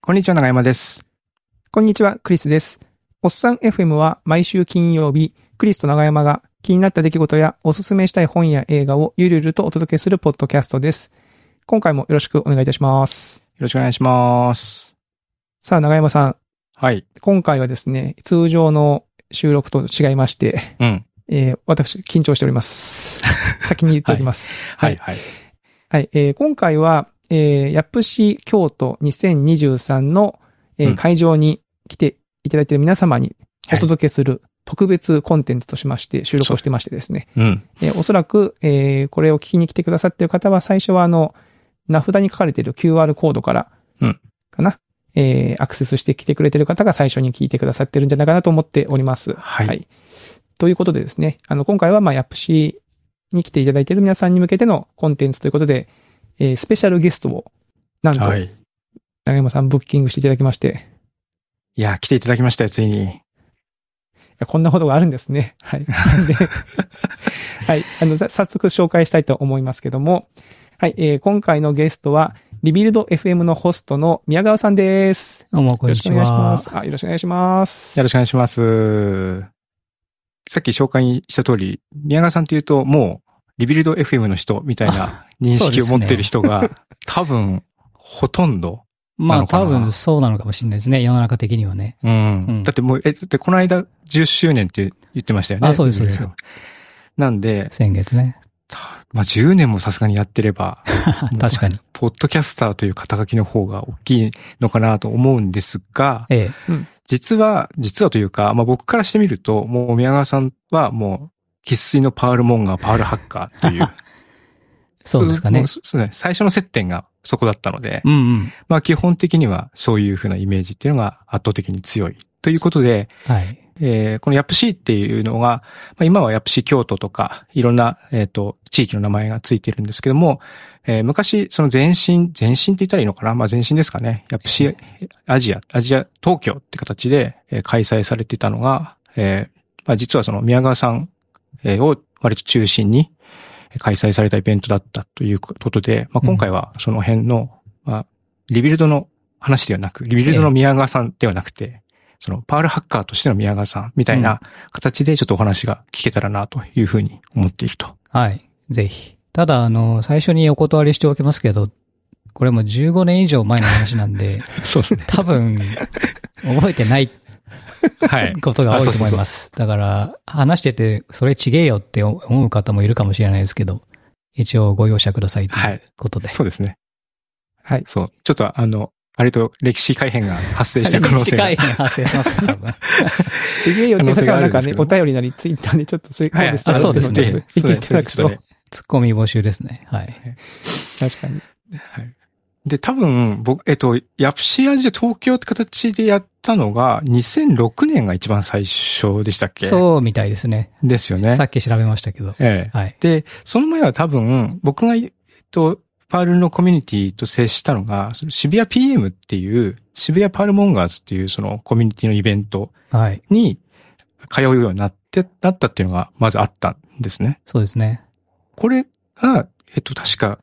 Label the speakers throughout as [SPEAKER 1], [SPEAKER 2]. [SPEAKER 1] こんにちは、長山です。
[SPEAKER 2] こんにちは、クリスです。おっさん FM は毎週金曜日、クリスと長山が気になった出来事やおすすめしたい本や映画をゆるゆるとお届けするポッドキャストです。今回もよろしくお願いいたします。
[SPEAKER 1] よろしくお願いします。
[SPEAKER 2] さあ、長山さん、
[SPEAKER 1] はい。
[SPEAKER 2] 今回はですね、通常の収録と違いまして、
[SPEAKER 1] うん。
[SPEAKER 2] えー私、緊張しております。先に言っておきます。
[SPEAKER 1] はい、はい。
[SPEAKER 2] はい、えー今回は、えー、ヤップシ京都2023の、えー
[SPEAKER 1] うん
[SPEAKER 2] 会場に来ていただいている皆様に
[SPEAKER 1] はい
[SPEAKER 2] お届けする特別コンテンツとしまして、収録をしてましてですね、
[SPEAKER 1] うん。
[SPEAKER 2] えーおそらく、えーこれを聞きに来てくださっている方は、最初はあの、名札に書かれている QR コードから、
[SPEAKER 1] うん
[SPEAKER 2] かな、えーアクセスしてきてくれている方が最初に聞いてくださってるんじゃないかなと思っております。
[SPEAKER 1] はい。
[SPEAKER 2] はいということでですね、あの、今回は、まあ、ヤップシーに来ていただいている皆さんに向けてのコンテンツということで、えースペシャルゲストを、なんと、
[SPEAKER 1] は
[SPEAKER 2] 長
[SPEAKER 1] い。
[SPEAKER 2] 山さんブッキングしていただきまして、い
[SPEAKER 1] いや、来ていただきましたよ、ついに。
[SPEAKER 2] やこんなことがあるんですね。はい。 ではい。あの、さ早速紹介したいと思いますけども、はい、えー今回のゲストは、リビルド FM のホストの宮川さんです。
[SPEAKER 3] どうも、
[SPEAKER 2] よろ
[SPEAKER 3] こんに
[SPEAKER 2] しく
[SPEAKER 3] ち
[SPEAKER 2] お願いしま
[SPEAKER 3] は。
[SPEAKER 2] す。あ、よろしくお願いします。
[SPEAKER 1] よろしくお願いします。さっき紹介した通り、宮川さんっていうと、もう、リビルド FM の人みたいな認
[SPEAKER 3] そう
[SPEAKER 1] 識
[SPEAKER 3] で
[SPEAKER 1] を
[SPEAKER 3] すね
[SPEAKER 1] 持ってる人が、 多分、ほとんど。な
[SPEAKER 3] ま
[SPEAKER 1] の
[SPEAKER 3] あ、
[SPEAKER 1] かな
[SPEAKER 3] 多分そうなのかもしれないですね。世の中的にはね。
[SPEAKER 1] うん。
[SPEAKER 3] うん
[SPEAKER 1] だってもう、え、だってこの間、10周年って言ってましたよね。
[SPEAKER 3] あそうですそうです
[SPEAKER 1] リビルドなんで、
[SPEAKER 3] 先月ね。
[SPEAKER 1] たまあ、10年もさすがにやってれ ば、
[SPEAKER 3] 確かに。
[SPEAKER 1] ポッドキャスターという肩書きの方が大きいのかなと思うんですが、
[SPEAKER 3] ええ。
[SPEAKER 1] 実は、実はというか、まあ僕からしてみると、もう宮川さんはもう、喫水のパールモンガー、パールハッカーという。
[SPEAKER 3] そうですかね
[SPEAKER 1] も。そそうね。最初の接点がそこだったので、
[SPEAKER 3] うんうん。
[SPEAKER 1] まあ基本的にはそういうふうなイメージっていうのが圧倒的に強い。ということで、
[SPEAKER 3] はい。
[SPEAKER 1] えーこのヤップシーっていうのが、まあ、今はヤップシー京都とか、いろんな、えっ、と、地域の名前がついてるんですけども、えー昔、その前身、前身って言ったらいいのかなまあ前身ですかね。ヤップシーアジア、アジア東京って形で、えー開催されてたのが、えーまあ実はその宮川さんえーを割と中心にえー開催されたイベントだったということで、まあ今回はその辺の、まあ、リビルドの話ではなく、リビルドの宮川さんではなくて、そのパールハッカーとしての宮川さんみたいな形でちょっとお話が聞けたらなというふうに思っていると。
[SPEAKER 3] はい。ぜひ。ただ、あの、最初にお断りしておきますけど、これもう15年以上前の話なんで、
[SPEAKER 1] そうですね。
[SPEAKER 3] 多分、覚えてない
[SPEAKER 1] はい。。
[SPEAKER 3] ことが多いと思いますす。だから、話してて、それちげえよって思う方もいるかもしれないですけど、一応ご容赦くださいということで。
[SPEAKER 1] そうですね。
[SPEAKER 2] はい。
[SPEAKER 1] そう。ちょっとあの、あれと歴史改変が発生してる可能性が
[SPEAKER 3] 近い。発生しますね、 多分。
[SPEAKER 2] ちげえよっていう方はな
[SPEAKER 1] 可能
[SPEAKER 2] んか
[SPEAKER 1] 性があるんです
[SPEAKER 2] ね
[SPEAKER 1] け、ど
[SPEAKER 2] お便りなりツイッターでちょっとそういうことです
[SPEAKER 3] あそうですね
[SPEAKER 2] 言ってい
[SPEAKER 1] そう
[SPEAKER 2] た
[SPEAKER 1] です
[SPEAKER 2] だ
[SPEAKER 1] ね
[SPEAKER 2] く
[SPEAKER 1] ちょ
[SPEAKER 2] と
[SPEAKER 1] っと、ね
[SPEAKER 3] ツッコミ募集ですね。はい。
[SPEAKER 2] 確かに。
[SPEAKER 1] はい。で、多分、僕、えっと、ヤプシアジア東京って形でやったのが、2006年が一番最初でしたっけう。
[SPEAKER 3] そうみたいですね。
[SPEAKER 1] ですよね
[SPEAKER 3] さ。っき調べましたけど。
[SPEAKER 1] ええ。
[SPEAKER 3] はい。
[SPEAKER 1] で、その前は多分、僕が、えっと、パールのコミュニティと接したのが、その渋谷 PM っていう、渋谷パールモンガーズっていうそのコミュニティのイベント
[SPEAKER 3] はい。
[SPEAKER 1] に通うようになって、なったっていうのがまずあったんですね。
[SPEAKER 3] そうですね。
[SPEAKER 1] これが、えっと、確か、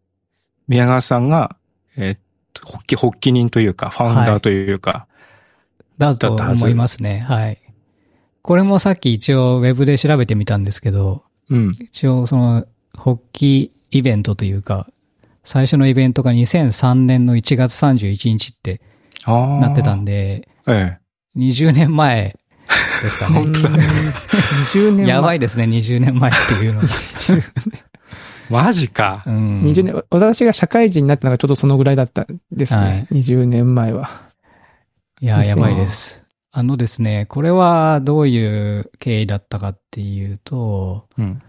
[SPEAKER 1] 宮川さんが、えっと、発起、発起人というか、ファウンダーというか、
[SPEAKER 3] だと思いますね。はい。これもさっき一応ウェブで調べてみたんですけど、
[SPEAKER 1] うん。
[SPEAKER 3] 一応その、発起イベントというか、最初のイベントが2003年の1月31日って
[SPEAKER 1] ああ。
[SPEAKER 3] なってたんで、
[SPEAKER 1] ええ。
[SPEAKER 3] 20年前で すかね。
[SPEAKER 1] 本当だ
[SPEAKER 2] うん20年前
[SPEAKER 3] やばいですね、20年前っていうのが。
[SPEAKER 1] マジか。
[SPEAKER 3] うん
[SPEAKER 2] 20年、私が社会人になったのがちょうどそのぐらいだったんですね。
[SPEAKER 3] はい
[SPEAKER 2] 20年前は。
[SPEAKER 3] いや
[SPEAKER 2] で
[SPEAKER 3] ー、
[SPEAKER 2] す
[SPEAKER 3] や
[SPEAKER 2] ね
[SPEAKER 3] ばいです。あのですね、これはどういう経緯だったかっていうと、
[SPEAKER 1] うん。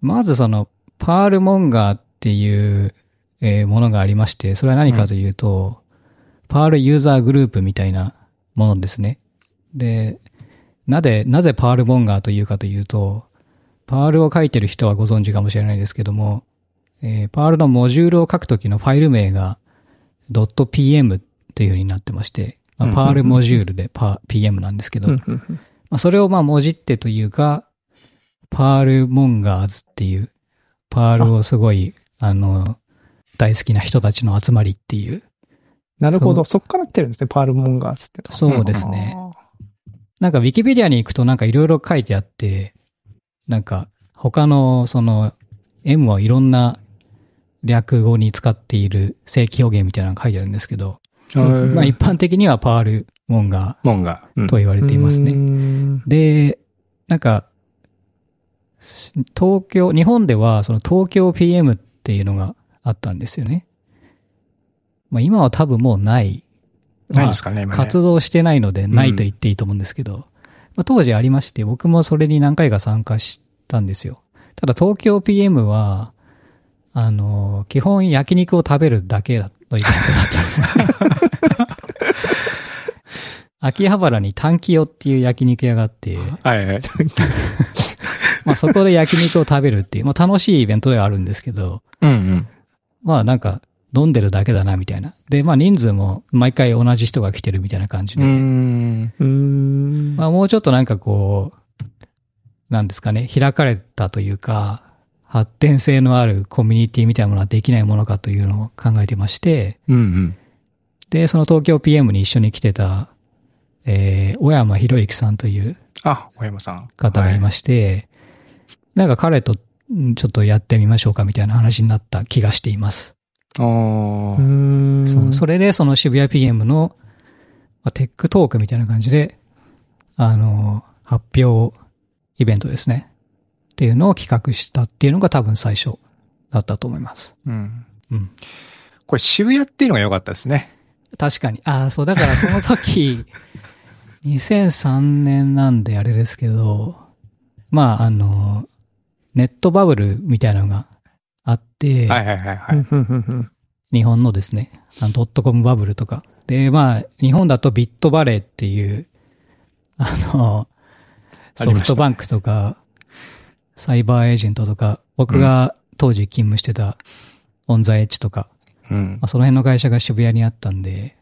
[SPEAKER 3] まずその、パールモンガーっていう、えーものがありまして、それは何かというと、パールユーザーグループみたいなものですね。で、なぜ、なぜパールモンガーというかというと、パールを書いてる人はご存知かもしれないですけども、えーパールのモジュールを書くときのファイル名が .pm というふうになってまして、まあ
[SPEAKER 1] うん
[SPEAKER 3] パールモジュールでパ PM なんですけど、
[SPEAKER 2] うんうんうん
[SPEAKER 3] まあ、それをまあ、もじってというか、パールモンガーズっていう、パールをすごい、あの、大好きな人たちの集まりっていう
[SPEAKER 2] なるほど。そこから来てるんですね、パールモンガーズってのは。
[SPEAKER 3] そうですね。なんか、ウィキペディアに行くとなんかいろいろ書いてあって、なんか、他の、その、M はいろんな略語に使っている正規表現みたいなのが書いてあるんですけど、
[SPEAKER 1] うん
[SPEAKER 3] まあ一般的にはパールモンガ
[SPEAKER 1] モンが。うん
[SPEAKER 3] ーと言われていますね。
[SPEAKER 2] ね。
[SPEAKER 3] で、なんか、し東京、日本ではその東京 PM っていうのがあったんですよね。まあ今は多分もうない。
[SPEAKER 1] ないですかね、今ね。
[SPEAKER 3] 活動してないのでないと言っていいと思うんですけど、まあ、当時ありまして、僕もそれに何回か参加したんですよ。ただ東京 PM は、あの、基本焼肉を食べるだけだというイベントだったんですよ 秋葉原に短期用っていう焼肉屋があって、
[SPEAKER 1] はいはい。
[SPEAKER 3] まあそこで焼肉を食べるっていう、まあ楽しいイベントではあるんですけど、
[SPEAKER 1] うんうん。
[SPEAKER 3] まあなんか飲んでるだけだなみたいな。で、まあ人数も毎回同じ人が来てるみたいな感じで、
[SPEAKER 1] ん。
[SPEAKER 2] うーん。
[SPEAKER 3] まあもうちょっとなんかこう、なんですかね、開かれたというか、発展性のあるコミュニティみたいなものはできないものかというのを考えてまして、
[SPEAKER 1] うんうん。
[SPEAKER 3] で、その東京 PM に一緒に来てた、えー、小山博之さんという
[SPEAKER 1] あ、小山さん。
[SPEAKER 3] 方がいまして、なんか彼とんちょっとやってみましょうかみたいな話になった気がしています。
[SPEAKER 1] あー
[SPEAKER 2] うーん
[SPEAKER 3] そうそれでその渋谷 PM のまあテックトークみたいな感じで、あの、発表イベントですね。っていうのを企画したっていうのが多分最初だったと思います。
[SPEAKER 1] うん。
[SPEAKER 3] うん。
[SPEAKER 1] これ渋谷っていうのが良かったですね。
[SPEAKER 3] 確かに。ああ、そう、だからそ の時、2003年なんであれですけど、まあ、あの、ネットバブルみたいなのがあって、
[SPEAKER 1] はいはいはいはい。
[SPEAKER 2] うんうんうん
[SPEAKER 3] 日本のですね、あのドットコムバブルとか。で、まあ、日本だとビットバレーっていう、あの、
[SPEAKER 1] あ
[SPEAKER 3] ソ
[SPEAKER 1] りましたね
[SPEAKER 3] フトバンクとか、サイバーエージェントとか、僕が当時勤務してたオンザエッジとか、
[SPEAKER 1] うん
[SPEAKER 3] ま。あ、その辺の会社が渋谷にあったんで、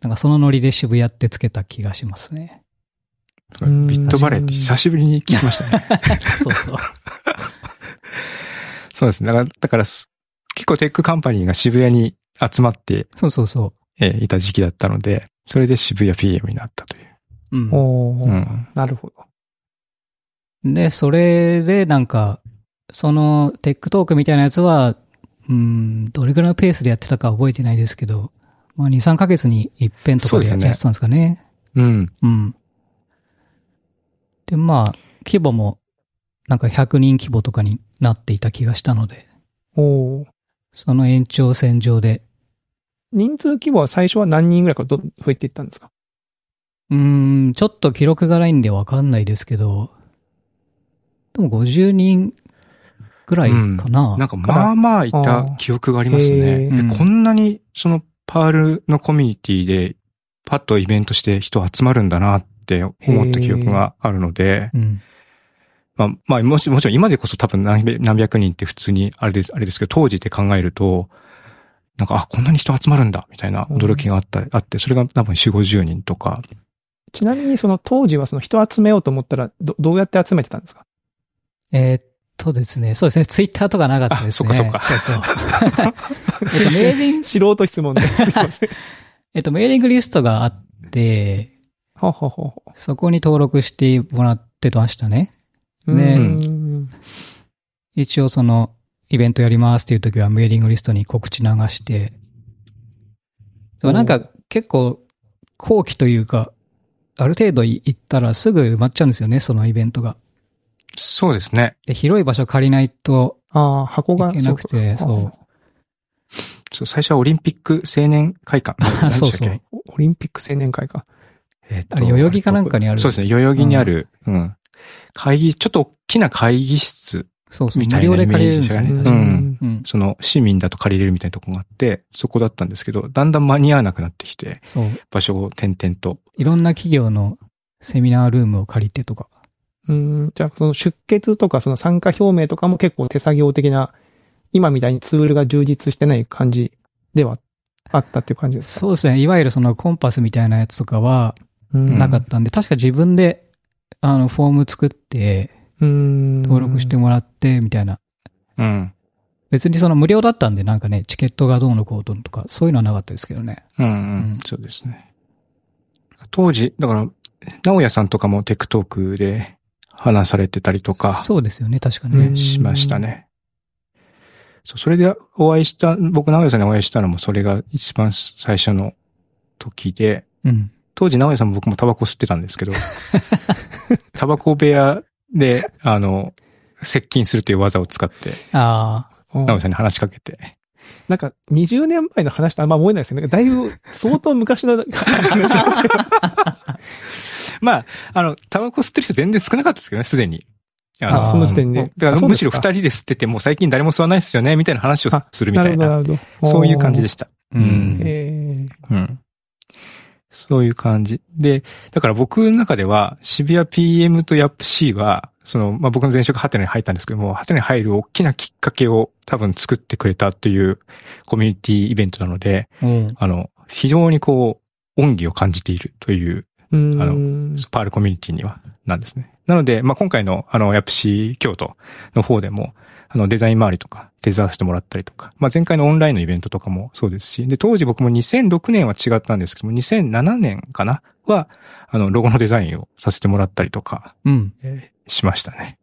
[SPEAKER 3] なんかそのノリで渋谷ってつけた気がしますね。
[SPEAKER 2] うん
[SPEAKER 1] ビットバレーって久しぶりに聞きましたね。
[SPEAKER 3] そうそう。
[SPEAKER 1] そうですね。だから、だからす結構テックカンパニーが渋谷に集まって、
[SPEAKER 3] そうそうそ
[SPEAKER 1] えーいた時期だったので、それで渋谷 PM になったという。
[SPEAKER 3] う。うん
[SPEAKER 2] うん。お
[SPEAKER 1] う
[SPEAKER 2] ー
[SPEAKER 1] ん。
[SPEAKER 2] なるほど。
[SPEAKER 3] で、それでなんか、そのテックトークみたいなやつは、うん、どれぐらいのペースでやってたか覚えてないですけど、まあ2、3ヶ月に一遍と
[SPEAKER 1] そう
[SPEAKER 3] か
[SPEAKER 1] で
[SPEAKER 3] ですや
[SPEAKER 1] よ
[SPEAKER 3] っ
[SPEAKER 1] ね
[SPEAKER 3] てたんですかね。
[SPEAKER 1] うん。
[SPEAKER 3] うん。で、まあ、規模も、なんか100人規模とかになっていた気がしたので、
[SPEAKER 2] おー
[SPEAKER 3] その延長線上で、
[SPEAKER 2] 人数規模は最初は何人ぐらいからど増えていったんですか
[SPEAKER 3] うん、ちょっと記録がないんでわかんないですけど、でも50人ぐらいかな。
[SPEAKER 1] なんか、まあまあいた記憶がありますね。
[SPEAKER 3] あーへー
[SPEAKER 1] えこんなに、その、パールのコミュニティで、パッとイベントして人集まるんだなって思った記憶があるので、
[SPEAKER 3] うん。
[SPEAKER 1] まあ、まあ、もちもちろん今でこそ多分何百何百人って普通にあれです、あれですけど、当時って考えると、なんか、あ、こんなに人集まるんだ、みたいな驚きがあった、あって、それが多分4、50人とか。
[SPEAKER 2] ちなみにその当時はその人集めようと思ったらどどうやって集めてたんですか
[SPEAKER 3] えーっとですね、そうですね、ツイッターとかなかったですね。
[SPEAKER 1] あそっか
[SPEAKER 3] そうそう。えっと、メーリング、
[SPEAKER 2] 素人質問で。すいません
[SPEAKER 3] えっと、メーリングリストがあって、
[SPEAKER 2] はははは。
[SPEAKER 3] そこに登録してもらってましたね。
[SPEAKER 2] ね
[SPEAKER 3] ね
[SPEAKER 2] うん
[SPEAKER 3] 一応その、イベントやりますっていう時はメーリングリストに告知流して、でもなん
[SPEAKER 2] お
[SPEAKER 3] か結構、後期というか、ある程度い行ったらすぐ埋まっちゃうんですよね、そのイベントが。
[SPEAKER 1] そうですね。
[SPEAKER 3] で広い場所借りないと
[SPEAKER 2] ああ、箱
[SPEAKER 3] い
[SPEAKER 2] が。
[SPEAKER 3] けなくて、そう。
[SPEAKER 1] そう最初はオリンピック青年会館。何でしたっけ
[SPEAKER 3] そうそう。
[SPEAKER 2] オリンピック青年会か。
[SPEAKER 1] えっと
[SPEAKER 3] あれ代々木かなんかにある
[SPEAKER 1] そうですね、代々木にある、うん。会議、ちょっと大きな会議室、
[SPEAKER 3] そうそう、
[SPEAKER 1] み
[SPEAKER 3] 無
[SPEAKER 1] たいな
[SPEAKER 3] 料で借りれるんですよ
[SPEAKER 1] イ
[SPEAKER 3] ね
[SPEAKER 1] メージで
[SPEAKER 3] 確
[SPEAKER 1] した
[SPEAKER 3] か
[SPEAKER 1] ね
[SPEAKER 3] に。
[SPEAKER 1] ん
[SPEAKER 3] うん。
[SPEAKER 1] その市民だと借りれるみたいなとこがあって、そこだったんですけど、だんだん間に合わなくなってきて、
[SPEAKER 3] そう。
[SPEAKER 1] 場所を転々と。
[SPEAKER 3] いろんな企業のセミナールームを借りてとか。
[SPEAKER 2] うん。じゃあ、その出血とか、その参加表明とかも結構手作業的な、今みたいにツールが充実してない感じではあったっていう感じですか。
[SPEAKER 3] そうですね。いわゆるそのコンパスみたいなやつとかは
[SPEAKER 2] うん
[SPEAKER 3] なかったんで、確か自分であのフォーム作って
[SPEAKER 2] うん。
[SPEAKER 3] 登録してもらってみたいな
[SPEAKER 1] うん。
[SPEAKER 3] 別にその無料だったんでなんかね、チケットがどうのこうのとか、そういうのはなかったですけどね。
[SPEAKER 1] うん
[SPEAKER 3] う
[SPEAKER 1] うんん、そうですね。当時、だから、直哉さんとかもテックトークで話されてたりとか、
[SPEAKER 3] そうですよね、確か
[SPEAKER 2] う
[SPEAKER 3] ね
[SPEAKER 2] ん。
[SPEAKER 1] しましたね。そう、それでお会いした、僕、直哉さんにお会いしたのもそれが一番最初の時で、
[SPEAKER 3] うん。
[SPEAKER 1] 当時、直哉さんも僕もタバコ吸ってたんですけ ど、タバコ部屋で、あの、接近するという技を使って、
[SPEAKER 2] う
[SPEAKER 3] ああ、
[SPEAKER 2] ん
[SPEAKER 1] 直哉さんに話しかけて、
[SPEAKER 2] なんか、20年前の話とあんま思えないですよね。だいぶ、相当昔の
[SPEAKER 1] まあ、あの、タバコ吸ってる人全然少なかったですけどね、すでに。
[SPEAKER 3] あ
[SPEAKER 1] の
[SPEAKER 3] その時
[SPEAKER 2] 点で
[SPEAKER 1] もうだ
[SPEAKER 2] あ
[SPEAKER 1] か
[SPEAKER 2] そ
[SPEAKER 1] ら
[SPEAKER 2] う
[SPEAKER 1] む
[SPEAKER 2] で
[SPEAKER 1] し
[SPEAKER 2] すか
[SPEAKER 1] ろ二人で吸ってて、もう最近誰も吸わないですよね、みたいな話を
[SPEAKER 2] あ
[SPEAKER 1] するみ
[SPEAKER 2] な
[SPEAKER 1] た
[SPEAKER 2] る
[SPEAKER 1] い
[SPEAKER 2] ほど、
[SPEAKER 1] な。
[SPEAKER 2] なるほど。
[SPEAKER 1] そういう感じで
[SPEAKER 2] し
[SPEAKER 1] した。
[SPEAKER 3] うん
[SPEAKER 2] た。え
[SPEAKER 1] うん。そういう感じ。で、だから僕の中では、渋谷 PM とヤップ C は、その、まあ、僕の前職ハテナに入ったんですけども、ハテナに入る大きなきっかけを多分作ってくれたというコミュニティイベントなので、
[SPEAKER 3] うん。
[SPEAKER 1] あの、非常にこう、恩義を感じているという
[SPEAKER 2] ー、うん。
[SPEAKER 1] あパールコミュニティには、なんですね。なので、まあ、今回の、あの、ヤプシー京都の方でも、あの、デザイン周りとか、手伝わせてもらったりとか、まあ、前回のオンラインのイベントとかもそうですし、で、当時僕も2006年は違ったんですけども、2007年かなは、あの、ロゴのデザインをさせてもらったりとか、
[SPEAKER 3] うん。
[SPEAKER 1] しましたね。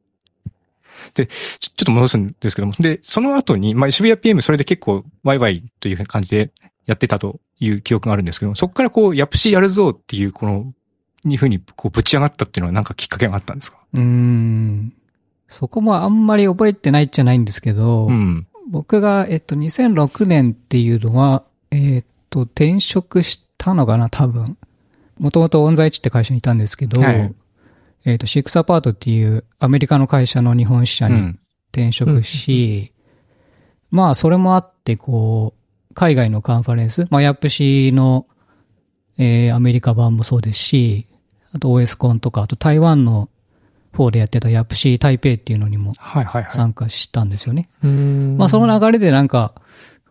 [SPEAKER 1] で、ちょちょっと戻すんですけども、で、その後に、まあ、渋谷 PM それで結構ワイワイという感じでやってたという記憶があるんですけども、そこからこう、ヤプシやるぞっていう、この、にふうにこうぶち上がったっていうのはなんかきっかけがあったんですか
[SPEAKER 3] うーん。そこもあんまり覚えてないじゃないんですけど、
[SPEAKER 1] うん。
[SPEAKER 3] 僕が、えっと、2006年っていうのは、えっと、転職したのかな、多分。もともとオンザイチって会社にいたんですけど、
[SPEAKER 1] はい
[SPEAKER 3] えっと、シックスアパートっていうアメリカの会社の日本支社
[SPEAKER 1] う
[SPEAKER 3] に
[SPEAKER 1] ん。
[SPEAKER 3] 転職し、まあ、それもあって、こう、海外のカンファレンス、まあ、ヤップシーの、えーアメリカ版もそうですし、あと OS コンとか、あと台湾の方でやってたヤップシー台北っていうのにも
[SPEAKER 1] はいはいはい。
[SPEAKER 3] 参加したんですよね。
[SPEAKER 2] うん
[SPEAKER 3] まあその流れでなんか、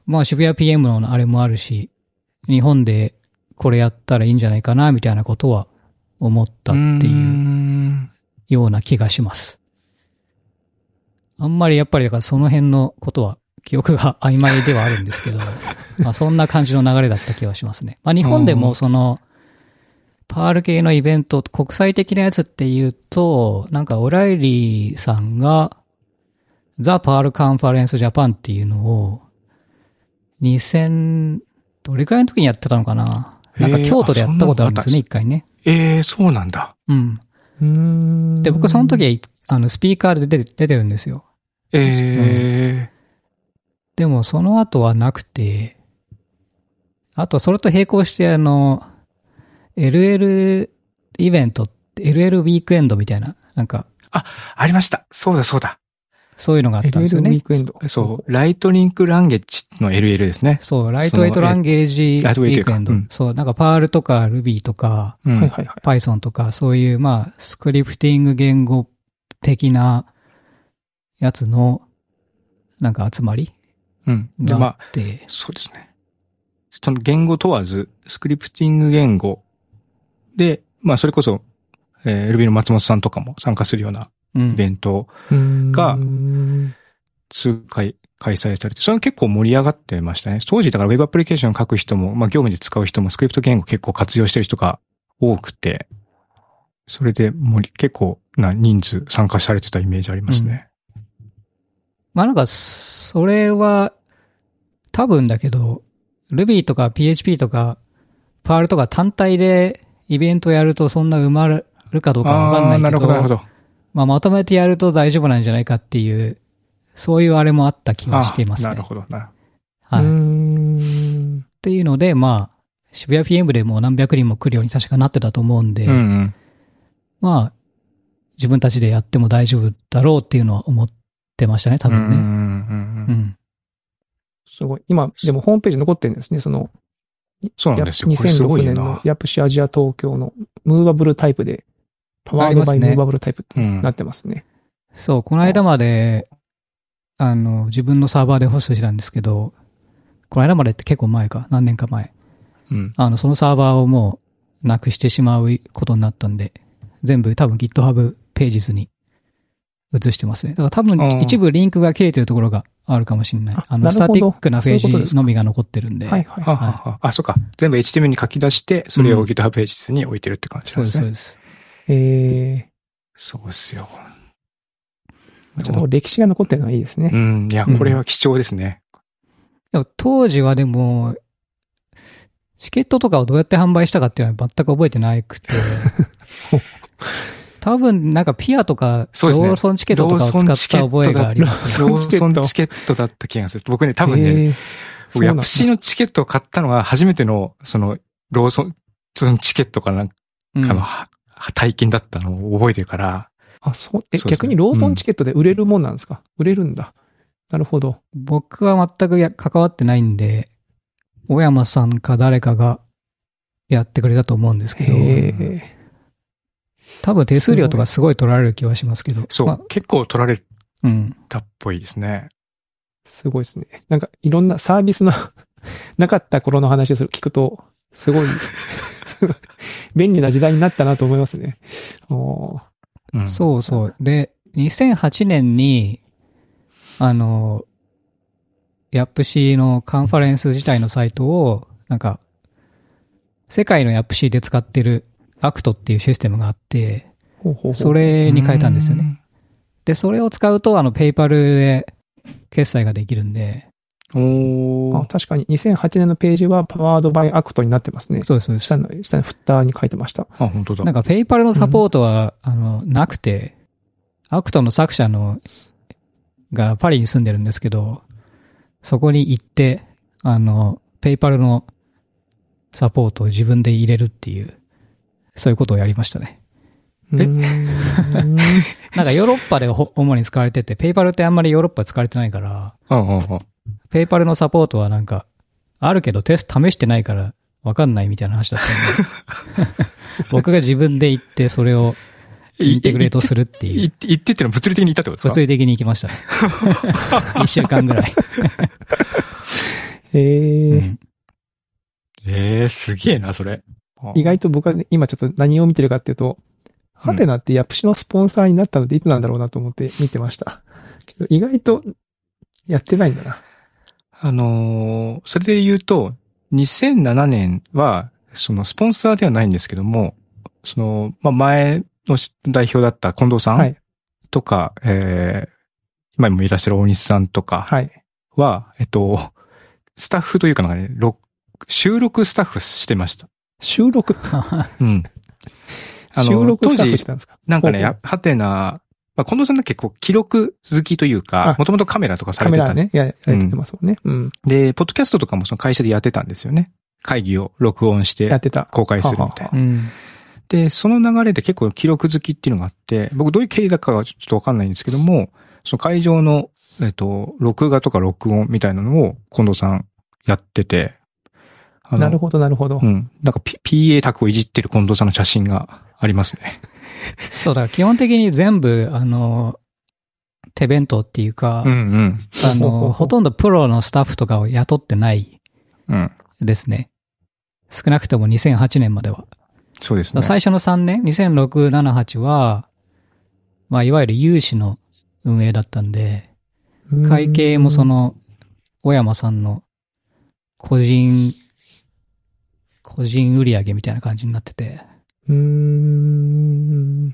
[SPEAKER 3] まあ渋谷 PM のあれもあるし、日本でこれやったらいいんじゃないかな、みたいなことは思ったっていう
[SPEAKER 1] う。
[SPEAKER 3] ような気がします。あんまりやっぱりだからその辺のことは記憶が曖昧ではあるんで すけど、まあそんな感じの流れだった気はしますね。まあ日本でもその、パール系のイベント、国際的なやつっていうと、なんかオライリーさんが、ザ・パール・カンファレンス・ジャパンっていうのを、2000、どれくらいの時にやってたのかななんか
[SPEAKER 1] へー
[SPEAKER 3] 京都でやったことあるん
[SPEAKER 1] あそんなのあった
[SPEAKER 3] ですね、
[SPEAKER 1] んです
[SPEAKER 3] 一回ね。
[SPEAKER 1] ええー、そうなんだ。
[SPEAKER 3] うん。
[SPEAKER 2] うん。
[SPEAKER 3] で、僕その時は、いあの、スピーカーで出て出てるんですよ。
[SPEAKER 1] ええ
[SPEAKER 3] でも、その後はなくて、あと、それと並行して、あの、LL イベントって、LL ウィークエンドみたいな、なんか、
[SPEAKER 1] ありました。そうだそうだ。
[SPEAKER 3] そういうのがあったんですよ
[SPEAKER 2] LL ウィ
[SPEAKER 3] ね
[SPEAKER 2] ー。クエンド。
[SPEAKER 1] そう、ライトリンクランゲッジの LL ですね。
[SPEAKER 3] そう、ライトウェイトランゲージウィ
[SPEAKER 1] ライトウェイト
[SPEAKER 3] ークエンド
[SPEAKER 1] というかうん。
[SPEAKER 3] そう、なんか、パールとか Ruby とか、
[SPEAKER 1] うん。
[SPEAKER 2] はいはいはい。
[SPEAKER 3] Python とか、そういう、まあ、スクリプティング言語的なやつの、なんか集まり
[SPEAKER 1] うん。で、ま
[SPEAKER 3] があ
[SPEAKER 1] あ、
[SPEAKER 3] って、
[SPEAKER 1] そうですね。その言語問わず、スクリプティング言語で、まあそれこそ、えー、Ruby の松本さんとかも参加するような
[SPEAKER 3] うん
[SPEAKER 1] イベントをが
[SPEAKER 2] が
[SPEAKER 1] 数回開催されて、それは結構盛り上がってましたね。当時だから Web アプリケーションを書く人も、まあ業務で使う人も、スクリプト言語結構活用してる人が多くて、それで盛り、結構な人数参加されてたイメージありますね。
[SPEAKER 3] まあなんか、それは、多分だけど、Ruby とか PHP とか Perl とか単体でイベントやるとそんな埋まるかどうかわかん
[SPEAKER 1] あ
[SPEAKER 3] な
[SPEAKER 1] あー、
[SPEAKER 3] いけ
[SPEAKER 1] なる
[SPEAKER 3] ど、
[SPEAKER 1] ほど、なるほど。
[SPEAKER 3] まあまとめてやると大丈夫なんじゃないかっていう、そういうあれもあった気がしています
[SPEAKER 1] あーな
[SPEAKER 3] ね
[SPEAKER 1] る。ほど、なるほど。
[SPEAKER 3] はい。っ
[SPEAKER 2] ん。
[SPEAKER 3] ていうので、まあ、渋谷 PM でもう何百人も来るように確かなってたと思うんで、
[SPEAKER 1] うんうん。
[SPEAKER 3] まあ、自分たちでやっても大丈夫だろうっていうのは思ってましたね、多分
[SPEAKER 1] うんう
[SPEAKER 3] ね。
[SPEAKER 1] んうん
[SPEAKER 3] う
[SPEAKER 1] うん
[SPEAKER 3] ん。
[SPEAKER 2] すごい。今、でもホームページ残ってるんですね。その、
[SPEAKER 1] そうなん
[SPEAKER 2] や
[SPEAKER 1] ですよ。これすご
[SPEAKER 2] 2006
[SPEAKER 1] いよ
[SPEAKER 2] 年
[SPEAKER 1] な
[SPEAKER 2] の。ヤプシアジア東京のムーバブルタイプで、パワードバイムーバブルタイプって
[SPEAKER 1] うん
[SPEAKER 2] なってますね。
[SPEAKER 3] そう、この間まで、あの、自分のサーバーでホストしてたんですけど、この間までって結構前か、何年か前。
[SPEAKER 1] うん。
[SPEAKER 3] あの、そのサーバーをもう、なくしてしまうことになったんで、全部多分 GitHub ページズに移してますね。だから多
[SPEAKER 1] あ
[SPEAKER 3] 分
[SPEAKER 1] ー
[SPEAKER 3] 一部リンクが切れてるところがあるかもしれない
[SPEAKER 2] あ。
[SPEAKER 3] あの、
[SPEAKER 2] なる
[SPEAKER 3] ス
[SPEAKER 2] ほど
[SPEAKER 3] タティックなペ
[SPEAKER 2] そういうこと
[SPEAKER 3] ー
[SPEAKER 2] です
[SPEAKER 3] ジ
[SPEAKER 2] か
[SPEAKER 3] のみが残ってるんで。
[SPEAKER 2] はいはい。
[SPEAKER 1] あ、あああそっか。全部 HTML に書き出して、それを GitHub ページに置いてるって感じな
[SPEAKER 3] そ
[SPEAKER 1] ん
[SPEAKER 3] う
[SPEAKER 1] で
[SPEAKER 3] です、
[SPEAKER 1] す
[SPEAKER 3] そう
[SPEAKER 1] ね。
[SPEAKER 3] です。
[SPEAKER 2] え
[SPEAKER 1] そうですよ。
[SPEAKER 2] ー、ちょっと歴史が残ってるのはいいですね
[SPEAKER 1] う。ん。いや、これは貴重ですね。
[SPEAKER 3] でも当時はでも、チケットとかをどうやって販売したかっていうのは全く覚えてな くて
[SPEAKER 2] ほう。
[SPEAKER 3] 多分なんかピアとか、
[SPEAKER 1] そうですね
[SPEAKER 3] ローソンチケットとかを使った覚えがありますね。
[SPEAKER 1] ロ
[SPEAKER 2] ロ
[SPEAKER 1] ーソ
[SPEAKER 2] ーソ
[SPEAKER 1] ン
[SPEAKER 2] ン
[SPEAKER 1] チケットだった気がする。僕ね、多
[SPEAKER 2] 多
[SPEAKER 1] 分ね、
[SPEAKER 2] えー、そう
[SPEAKER 1] 僕
[SPEAKER 2] な
[SPEAKER 1] ヤ
[SPEAKER 2] んだ
[SPEAKER 1] プシーのチケットを買ったのが初めての、その、ローソン、そのチケットかなんか
[SPEAKER 3] うん
[SPEAKER 1] の、は体験だったのを覚えてるから、
[SPEAKER 2] あ、そう、え、
[SPEAKER 1] そうですね
[SPEAKER 2] 逆にローソンチケットで売れるもんなんですか、売れるんだ。なるほど。
[SPEAKER 3] 僕は全くや関わってないんで、小山さんか誰かがやってくれたと思うんですけど、
[SPEAKER 2] へえ。
[SPEAKER 3] 多分手数料とかすごい取られる気はしますけど。
[SPEAKER 1] そう、
[SPEAKER 3] まあ
[SPEAKER 1] 結構取られ
[SPEAKER 3] うん。
[SPEAKER 1] たっぽいですね。
[SPEAKER 2] すごいですね。なんか、いろんなサービスの、 なかった頃の話をする聞くと、すごい、 便利な時代になったなと思いますね。おー
[SPEAKER 1] うん、
[SPEAKER 3] そうそう。で、2008年に、あの、ヤップシーのカンファレンス自体のサイトを、なんか、世界のヤップシーで使ってるアクトっていうシステムがあって、
[SPEAKER 2] ほうほうほう
[SPEAKER 3] それに変えたんですよね。で、それを使うと、あの、ペイパルで決済ができるんで、
[SPEAKER 1] うん。お
[SPEAKER 2] あ
[SPEAKER 1] ー
[SPEAKER 2] 確かに2008年のページはパワードバイアクトになってますね。
[SPEAKER 3] そうです、そうです
[SPEAKER 2] 下。の、下のフッターに書いてました。
[SPEAKER 1] あ、本当だ。
[SPEAKER 3] なんか、ペイパルのサポートは、あの、なくて、アクトの作者の、がパリに住んでるんですけど、そこに行って、あの、ペイパルのサポートを自分で入れるっていう、そういうことをやりましたね。
[SPEAKER 2] えな
[SPEAKER 3] なんかヨーロッパでほ主に使われてて、ペイパルってあんまりヨーロッパ使われてないから、
[SPEAKER 1] うんうんうん。
[SPEAKER 3] ペイパルのサポートはなんか、あるけどテスト試してないからわかんないみたいな話だったんで、僕が自分で行ってそれをインテグレートするっていう
[SPEAKER 1] い。言ってっていうのは物理的にいたってことですか
[SPEAKER 3] 物理的に行きましたね。一週間ぐらい。
[SPEAKER 2] えー
[SPEAKER 3] うん
[SPEAKER 1] ええー、すげえな、それ。
[SPEAKER 2] 意外と僕はね今ちょっと何を見てるかっていうと、ハテナってヤプシのスポンサーになったのでいつなんだろうなと思って見てました。けど意外とやってないんだな。
[SPEAKER 1] あのーそれで言うと、2007年は、そのスポンサーではないんですけども、その、まあ、前のし代表だった近藤さ
[SPEAKER 2] は
[SPEAKER 1] ん
[SPEAKER 2] い。
[SPEAKER 1] とか、えー今にもいらっしゃる大西さんとか
[SPEAKER 2] はい。
[SPEAKER 1] は、えっと、スタッフというかなんかね、録収録スタッフしてました。
[SPEAKER 2] 収録、
[SPEAKER 1] うん。あの
[SPEAKER 2] 収録スタ
[SPEAKER 1] 当
[SPEAKER 2] ッフ
[SPEAKER 1] 時
[SPEAKER 2] してたんですか
[SPEAKER 1] なんかね、
[SPEAKER 2] ほうほう
[SPEAKER 1] やハテナ、まあ、近藤さんだけこう記録好きというか
[SPEAKER 2] あ、
[SPEAKER 1] もともとカメラとかさ
[SPEAKER 2] カ
[SPEAKER 1] れて
[SPEAKER 2] メ
[SPEAKER 1] た
[SPEAKER 2] ラ
[SPEAKER 1] んで
[SPEAKER 2] ね、ややられてますもんね。うん。
[SPEAKER 1] で、ポッドキャストとかもその会社でやってたんですよね。会議を録音して
[SPEAKER 2] やってた。
[SPEAKER 1] 公開するみたい
[SPEAKER 2] は
[SPEAKER 1] な。で、その流れで結構記録好きっていうのがあって、僕どういう経緯だかはちょっとわかんないんですけども、その会場の、えっと、録画とか録音みたいなのを近藤さんやってて、あの
[SPEAKER 2] なるほど、なるほど
[SPEAKER 1] う。ん。なんか、P、PA タクをいじってる近藤さんの写真がありますね。
[SPEAKER 3] そう、だから基本的に全部、あの、手弁当っていうか、
[SPEAKER 1] ん
[SPEAKER 3] あの、ほとんどプロのスタッフとかを雇ってない
[SPEAKER 1] うん。うん。
[SPEAKER 3] ですね。少なくとも2008年までは。
[SPEAKER 1] そうです
[SPEAKER 3] だから
[SPEAKER 1] ね。
[SPEAKER 3] 最初の3年、2006、7、8は、まあ、いわゆる有志の運営だったんで、
[SPEAKER 2] うん
[SPEAKER 3] 会計もそ、の、小山さんの個人、個人売上みたいな感じになってて、
[SPEAKER 2] うーん。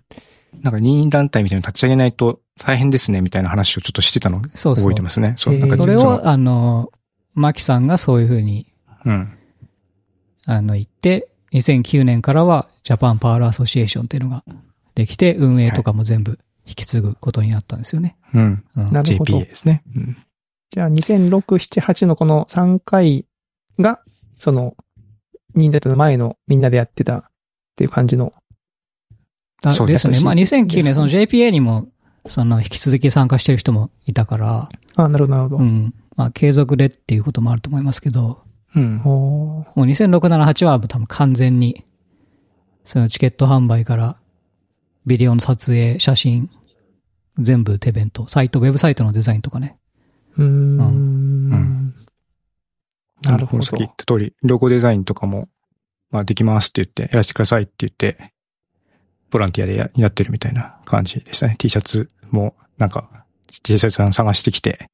[SPEAKER 1] なんか任意団体みたいなの立ち上げないと大変ですね、みたいな話をちょっとしてたのを
[SPEAKER 3] そうそ
[SPEAKER 1] 覚
[SPEAKER 3] う
[SPEAKER 1] え。てますね。
[SPEAKER 2] へー
[SPEAKER 1] なんか
[SPEAKER 3] それ
[SPEAKER 1] の
[SPEAKER 3] を、あの、マキさんがそういうふうに、
[SPEAKER 1] うん。
[SPEAKER 3] あの、言って、2009年からは、ジャパンパールアソシエーションっていうのができて、運営とかも全部引き継ぐことになったんですよね。
[SPEAKER 1] うん。
[SPEAKER 3] うん
[SPEAKER 2] なるほど
[SPEAKER 1] JPA ですね。うん。
[SPEAKER 2] じゃあ2006、7、8のこの3回が、その、任天堂の前のみんなでやってたっていう感じの。
[SPEAKER 3] だ
[SPEAKER 1] そう
[SPEAKER 3] ですね。
[SPEAKER 1] 私
[SPEAKER 3] まあ、
[SPEAKER 2] で
[SPEAKER 3] 2009
[SPEAKER 2] す
[SPEAKER 3] 年、その JPA にも、その、引き続き参加してる人もいたから、
[SPEAKER 2] あ、なるほど、なるほ
[SPEAKER 3] う
[SPEAKER 2] ど。
[SPEAKER 3] ん。まあ、継続でっていうこともあると思いますけど、
[SPEAKER 1] うん。
[SPEAKER 2] ほー
[SPEAKER 3] もう2006、7、8は多分完全に、そのチケット販売から、ビデオの撮影、写真、全部手弁当、サイト、ウェブサイトのデザインとかね。
[SPEAKER 2] うーん
[SPEAKER 3] う
[SPEAKER 2] なるほ
[SPEAKER 1] さっき
[SPEAKER 2] ど
[SPEAKER 1] 言っ。た通り、ロゴデザインとかも、まあ、できますって言って、やらせてくださいって言って、ボランティアでややってるみたいな感じでしたね。T シャツも、なんか、T シャツさん探してきて、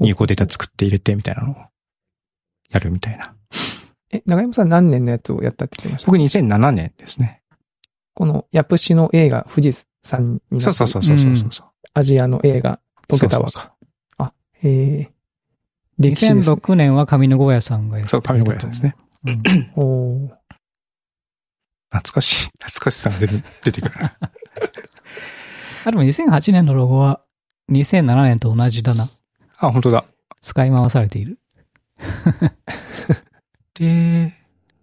[SPEAKER 1] 有効データ作って入れてみたいなのをやるみたいな。
[SPEAKER 2] え、長山さん何年のやつをやったって言ってました
[SPEAKER 1] 僕2007年ですね。
[SPEAKER 2] この、ヤプシの映画、富士山になった
[SPEAKER 1] そうそうそうそうそうそう。
[SPEAKER 2] アジアの映画、溶けたわ
[SPEAKER 1] そう
[SPEAKER 2] か。あ、へえ。歴史です、ね。
[SPEAKER 3] 2006年は上野小屋さんがやって
[SPEAKER 1] そう、紙の小屋さんですね。
[SPEAKER 3] うん。
[SPEAKER 2] おー
[SPEAKER 1] 懐かしい、懐かしさが出て出てくるな。
[SPEAKER 3] あ、でも2008年のロゴは2007年と同じだな。
[SPEAKER 1] あ、本当だ。
[SPEAKER 3] 使い回されている。
[SPEAKER 1] で、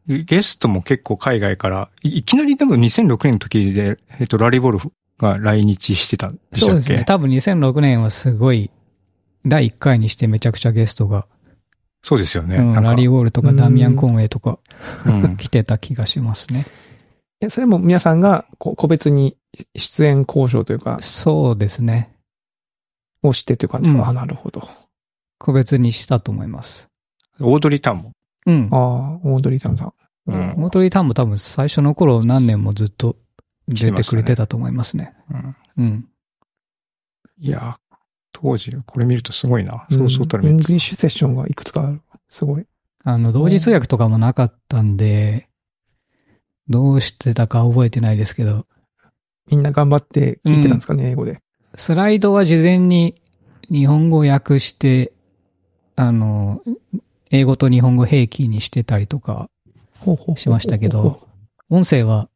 [SPEAKER 1] ゲストも結構海外から、いいきなり多分2006年の時で、えっ、と、ラリーボルフが来日してたんでしたっけ
[SPEAKER 3] そうですね。多分2006年はすごい、第1回にしてめちゃくちゃゲストが、
[SPEAKER 1] そうですよね。
[SPEAKER 3] うん
[SPEAKER 1] なんか
[SPEAKER 3] ラリー・ウォールとか
[SPEAKER 2] うん
[SPEAKER 3] ダミアン・コンウェイとか
[SPEAKER 1] うん
[SPEAKER 3] 来てた気がしますね。
[SPEAKER 2] えそれも皆さんがこう個別に出演交渉というか、
[SPEAKER 3] そうですね。
[SPEAKER 2] をしてという感じか、
[SPEAKER 3] うん
[SPEAKER 2] あ、なるほど。
[SPEAKER 3] 個別にしたと思います。
[SPEAKER 1] オードリー・タンも。
[SPEAKER 3] うん
[SPEAKER 2] あ。あ、オードリー・タンさん。
[SPEAKER 1] うん
[SPEAKER 3] オートリー・タンも多分最初の頃何年もずっと出てくれてたと思いますね。
[SPEAKER 1] うん
[SPEAKER 3] うん。
[SPEAKER 1] いやー、当時、これ見るとすごいな。そうそうたる
[SPEAKER 2] イン
[SPEAKER 1] メ
[SPEAKER 2] グ
[SPEAKER 1] ツ
[SPEAKER 2] リッシュセッションがいくつかある。すごい。
[SPEAKER 3] あの、同時通訳とかもなかったんで、どうしてたか覚えてないですけど、
[SPEAKER 2] みんな頑張って聞いてたんですかね、英語で。
[SPEAKER 3] スライドは事前に日本語を訳して、あの、英語と日本語平均にしてたりとか、
[SPEAKER 2] ほうほうほうほう
[SPEAKER 3] しましたけど。音声は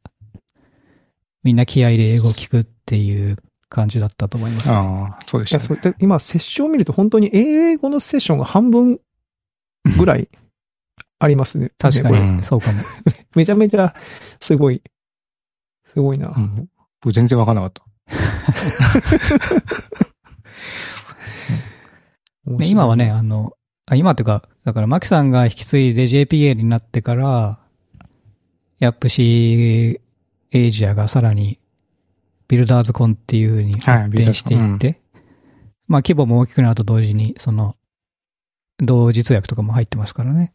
[SPEAKER 3] みんな気合で英語を聞くっていう感じだったと思います。
[SPEAKER 1] ああ、そうで
[SPEAKER 2] いや、
[SPEAKER 1] した、
[SPEAKER 2] そ
[SPEAKER 1] ね。
[SPEAKER 2] う、で今、セッションを見ると本当に英語のセッションが半分ぐらいありますね。
[SPEAKER 3] 確か
[SPEAKER 2] ねこれ
[SPEAKER 1] う
[SPEAKER 3] に、
[SPEAKER 1] ん
[SPEAKER 3] そうかも。
[SPEAKER 2] めちゃめちゃ、すごい、すごいな。
[SPEAKER 1] うん僕全然わかんなかった。
[SPEAKER 2] 面
[SPEAKER 3] ね、
[SPEAKER 2] 白い
[SPEAKER 3] 今はね、、あの、あ今というか、だから、マキさんが引き継いで JPA になってから、ヤップシーエイジアがさらに、ビルダーズコンっていう風に
[SPEAKER 1] はい
[SPEAKER 3] 発展していっ
[SPEAKER 1] ビ
[SPEAKER 3] て、まあ、規模も大きくなると同時に、その、同時通訳とかも入ってますからね。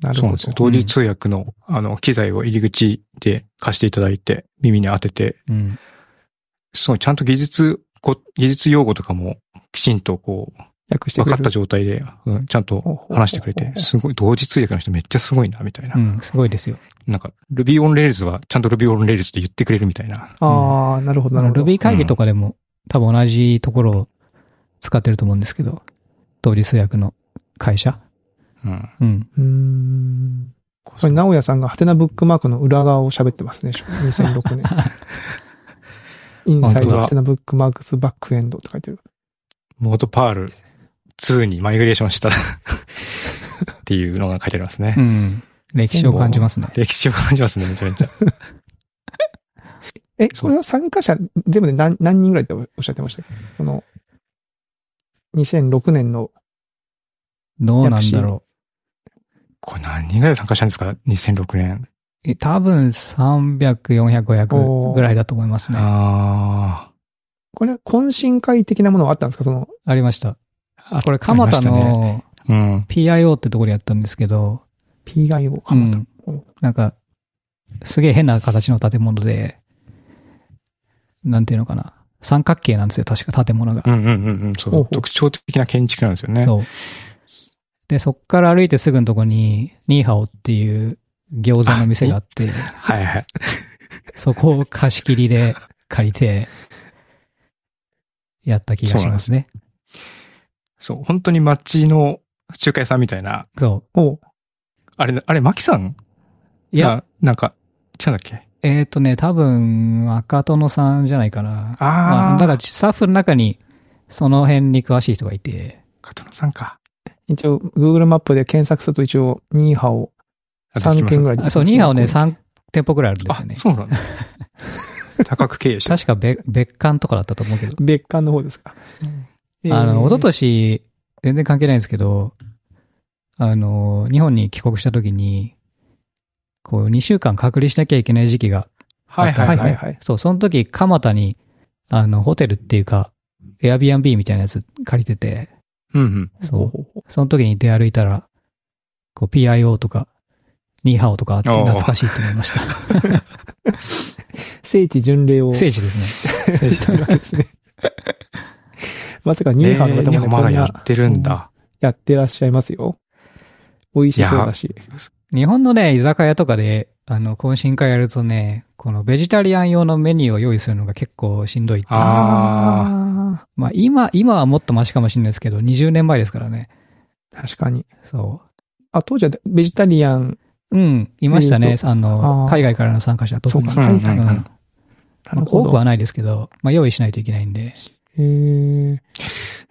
[SPEAKER 2] なる
[SPEAKER 1] そうなん
[SPEAKER 2] ほど
[SPEAKER 1] ですよ。。同時通訳の、あの、機材を入り口で貸していただいて、耳に当てて、
[SPEAKER 3] うん。
[SPEAKER 1] そう、ちゃんと技術、こ技術用語とかもきちんとこう、
[SPEAKER 2] 訳して
[SPEAKER 1] 分
[SPEAKER 2] くれ
[SPEAKER 1] か
[SPEAKER 2] る
[SPEAKER 1] った状態で、うん、ちゃんと話してくれて、すごい、同時通訳の人めっちゃすごいな、みたいな。
[SPEAKER 3] うん、すごいですよ。
[SPEAKER 1] なんか、Ruby on Rails はちゃんと Ruby on Rails で言ってくれるみたいな。
[SPEAKER 2] ああ、なるほど、なるほど。
[SPEAKER 3] Ruby 会議とかでも、多分同じところを使ってると思うんですけど、同時通訳の会社。
[SPEAKER 1] うん。
[SPEAKER 3] うん。
[SPEAKER 2] うーん。これ、直哉さんがハテナブックマークの裏側を喋ってますね、2006年。 インサ
[SPEAKER 1] 本
[SPEAKER 2] イ
[SPEAKER 1] 当
[SPEAKER 2] ド
[SPEAKER 1] だ
[SPEAKER 2] ハテナブックマークスバックエンドって書いてる。
[SPEAKER 1] モードパール2にマイグレーションした っていうのが書いてありますね
[SPEAKER 3] う。ん。歴史を感じますね。
[SPEAKER 1] 歴史を感じますね、めちゃめちゃ。
[SPEAKER 2] え、
[SPEAKER 1] そう
[SPEAKER 2] これは参加者全部で何何人ぐらいっておっしゃってましたっけこの、2006年の、
[SPEAKER 3] どうなんだろ
[SPEAKER 1] これ何人ぐらい参加したんですか ?2006 年。
[SPEAKER 3] う。え多分300、400、500
[SPEAKER 2] おー
[SPEAKER 3] ぐらいだと思いますね。あ
[SPEAKER 1] あ
[SPEAKER 2] これは懇親会的なものはあったんですかその、
[SPEAKER 3] りました。
[SPEAKER 1] あ。
[SPEAKER 3] これ、蒲田
[SPEAKER 1] ありましたね。う
[SPEAKER 3] の
[SPEAKER 1] ん。
[SPEAKER 3] PIO ってところでやったんですけど、
[SPEAKER 2] P 外をかまった。
[SPEAKER 3] うんなんか、すげえ変な形の建物で、なんていうのかな。三角形なんですよ、確か建物が
[SPEAKER 1] う。んうんうんうん。そ
[SPEAKER 2] ほうほ
[SPEAKER 1] う
[SPEAKER 2] う。
[SPEAKER 1] 特徴的な建築なんですよね。う。
[SPEAKER 3] そう。で、そっから歩いてすぐのとこに、ニーハオっていう餃子の店があ って、
[SPEAKER 1] はいはい。
[SPEAKER 3] そこを貸し切りで借りて、やった気がしますね。
[SPEAKER 1] そう。本当に街の中華屋さんみたいな。
[SPEAKER 3] そう。
[SPEAKER 2] おう
[SPEAKER 1] あれ、あれ、マキさん
[SPEAKER 3] いや、、
[SPEAKER 1] なんか、ちゃんだっけ
[SPEAKER 3] えっ、とね、多分、赤殿さんじゃないかな。
[SPEAKER 1] あー
[SPEAKER 3] まだから、スタッフの中に、その辺に詳しい人がいて、
[SPEAKER 1] 片野さんか。
[SPEAKER 2] 一応、Google マップで検索すると一応、ニーハオ
[SPEAKER 1] あ出てき
[SPEAKER 2] 3
[SPEAKER 1] ます
[SPEAKER 2] 件ぐらい出て
[SPEAKER 3] あ
[SPEAKER 2] きます
[SPEAKER 3] そう、ニーハオね、
[SPEAKER 2] これ
[SPEAKER 3] 3店舗くらいあるんですよね
[SPEAKER 1] あ、。そうなんだ。高く 経営して
[SPEAKER 3] 確か別、別館とかだったと思うけど。
[SPEAKER 2] 別館の方ですか。
[SPEAKER 3] あの、一昨
[SPEAKER 2] と
[SPEAKER 3] 年全然関係ないんですけど、あの、日本に帰国した時に、こう、2週間隔離しなきゃいけない時期があ
[SPEAKER 1] はい
[SPEAKER 3] ったん
[SPEAKER 1] は
[SPEAKER 3] です
[SPEAKER 1] い
[SPEAKER 3] よ
[SPEAKER 1] は
[SPEAKER 3] ね。
[SPEAKER 1] い。
[SPEAKER 2] はい
[SPEAKER 3] そう、その時、蒲田に、あの、ホテルっていうか、Airbnb みたいなやつ借りてて、
[SPEAKER 1] うんうん。
[SPEAKER 3] そ
[SPEAKER 2] ほうほうほ
[SPEAKER 3] う、その時に出歩いたら、こう、PIO とか、ニーハオとかあって
[SPEAKER 1] おー
[SPEAKER 3] 懐かしいと思いま した。
[SPEAKER 2] う聖地巡礼を。
[SPEAKER 3] 聖地ですね。
[SPEAKER 2] 地巡礼ですね。ままさかニーハーの方
[SPEAKER 1] えー
[SPEAKER 2] もね、
[SPEAKER 1] ま
[SPEAKER 2] こ
[SPEAKER 1] だ
[SPEAKER 2] ん
[SPEAKER 1] や
[SPEAKER 2] な
[SPEAKER 1] ってるんだ。
[SPEAKER 2] やってらっしゃいますよ。美味しそうだし。
[SPEAKER 3] 日本のね、居酒屋とかで、あの、懇親会やるとね、このベジタリアン用のメニューを用意するのが結構しんどいっていう
[SPEAKER 1] あー
[SPEAKER 2] あ
[SPEAKER 3] まあ今、今はもっとマシかもしれないですけど、20年前ですからね。
[SPEAKER 2] あ、確かに。
[SPEAKER 3] そ
[SPEAKER 2] あ、当時はベジタリアン、
[SPEAKER 3] う。うん、いました
[SPEAKER 2] え
[SPEAKER 3] ね
[SPEAKER 2] ー。
[SPEAKER 3] あの
[SPEAKER 2] あー
[SPEAKER 3] 海外からの参加者は特に。
[SPEAKER 2] そう
[SPEAKER 1] か
[SPEAKER 3] ん
[SPEAKER 1] はいはい
[SPEAKER 3] うん
[SPEAKER 1] はい
[SPEAKER 3] ま
[SPEAKER 2] な
[SPEAKER 3] あ
[SPEAKER 2] るほ
[SPEAKER 3] 多
[SPEAKER 2] ど。
[SPEAKER 3] くはないですけど、まあ用意しないといけないんで。
[SPEAKER 2] えー、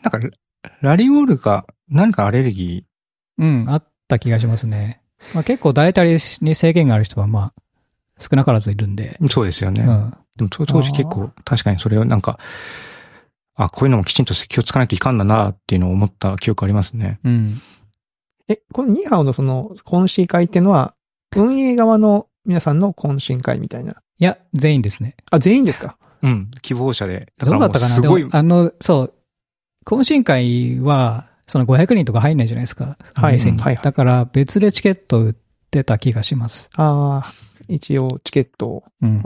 [SPEAKER 1] なんか、ララリオールが何かアレルギ
[SPEAKER 3] うん、あった気がしますね。まあ結構ダイエタリーに制限がある人は、まあ、少なからずいるんで。
[SPEAKER 1] ーそうですよね。
[SPEAKER 3] うん。
[SPEAKER 1] でもと当時結構確かにそれをなんか、あ、こういうのもきちんと気をつかないといかんだなっていうのを思った記憶ありますね。
[SPEAKER 3] うん。
[SPEAKER 2] え、このニーハオのその懇親会っていうのは、運営側の皆さんの懇親会みたいな。
[SPEAKER 3] いや、全員ですね。
[SPEAKER 2] あ、全員ですか
[SPEAKER 1] うん。希望者で。だ
[SPEAKER 3] ど
[SPEAKER 1] か
[SPEAKER 3] う
[SPEAKER 1] らも
[SPEAKER 3] だった
[SPEAKER 1] う
[SPEAKER 3] かな
[SPEAKER 1] す
[SPEAKER 3] で
[SPEAKER 1] ご
[SPEAKER 3] も
[SPEAKER 1] い、、
[SPEAKER 3] あの、そう。懇親会は、その500人とか入んないじゃないですか。
[SPEAKER 2] はい
[SPEAKER 3] お店に
[SPEAKER 2] はいはい
[SPEAKER 3] だから別でチケット売ってた気がします。
[SPEAKER 2] ああ、一応チケットを。
[SPEAKER 3] うん。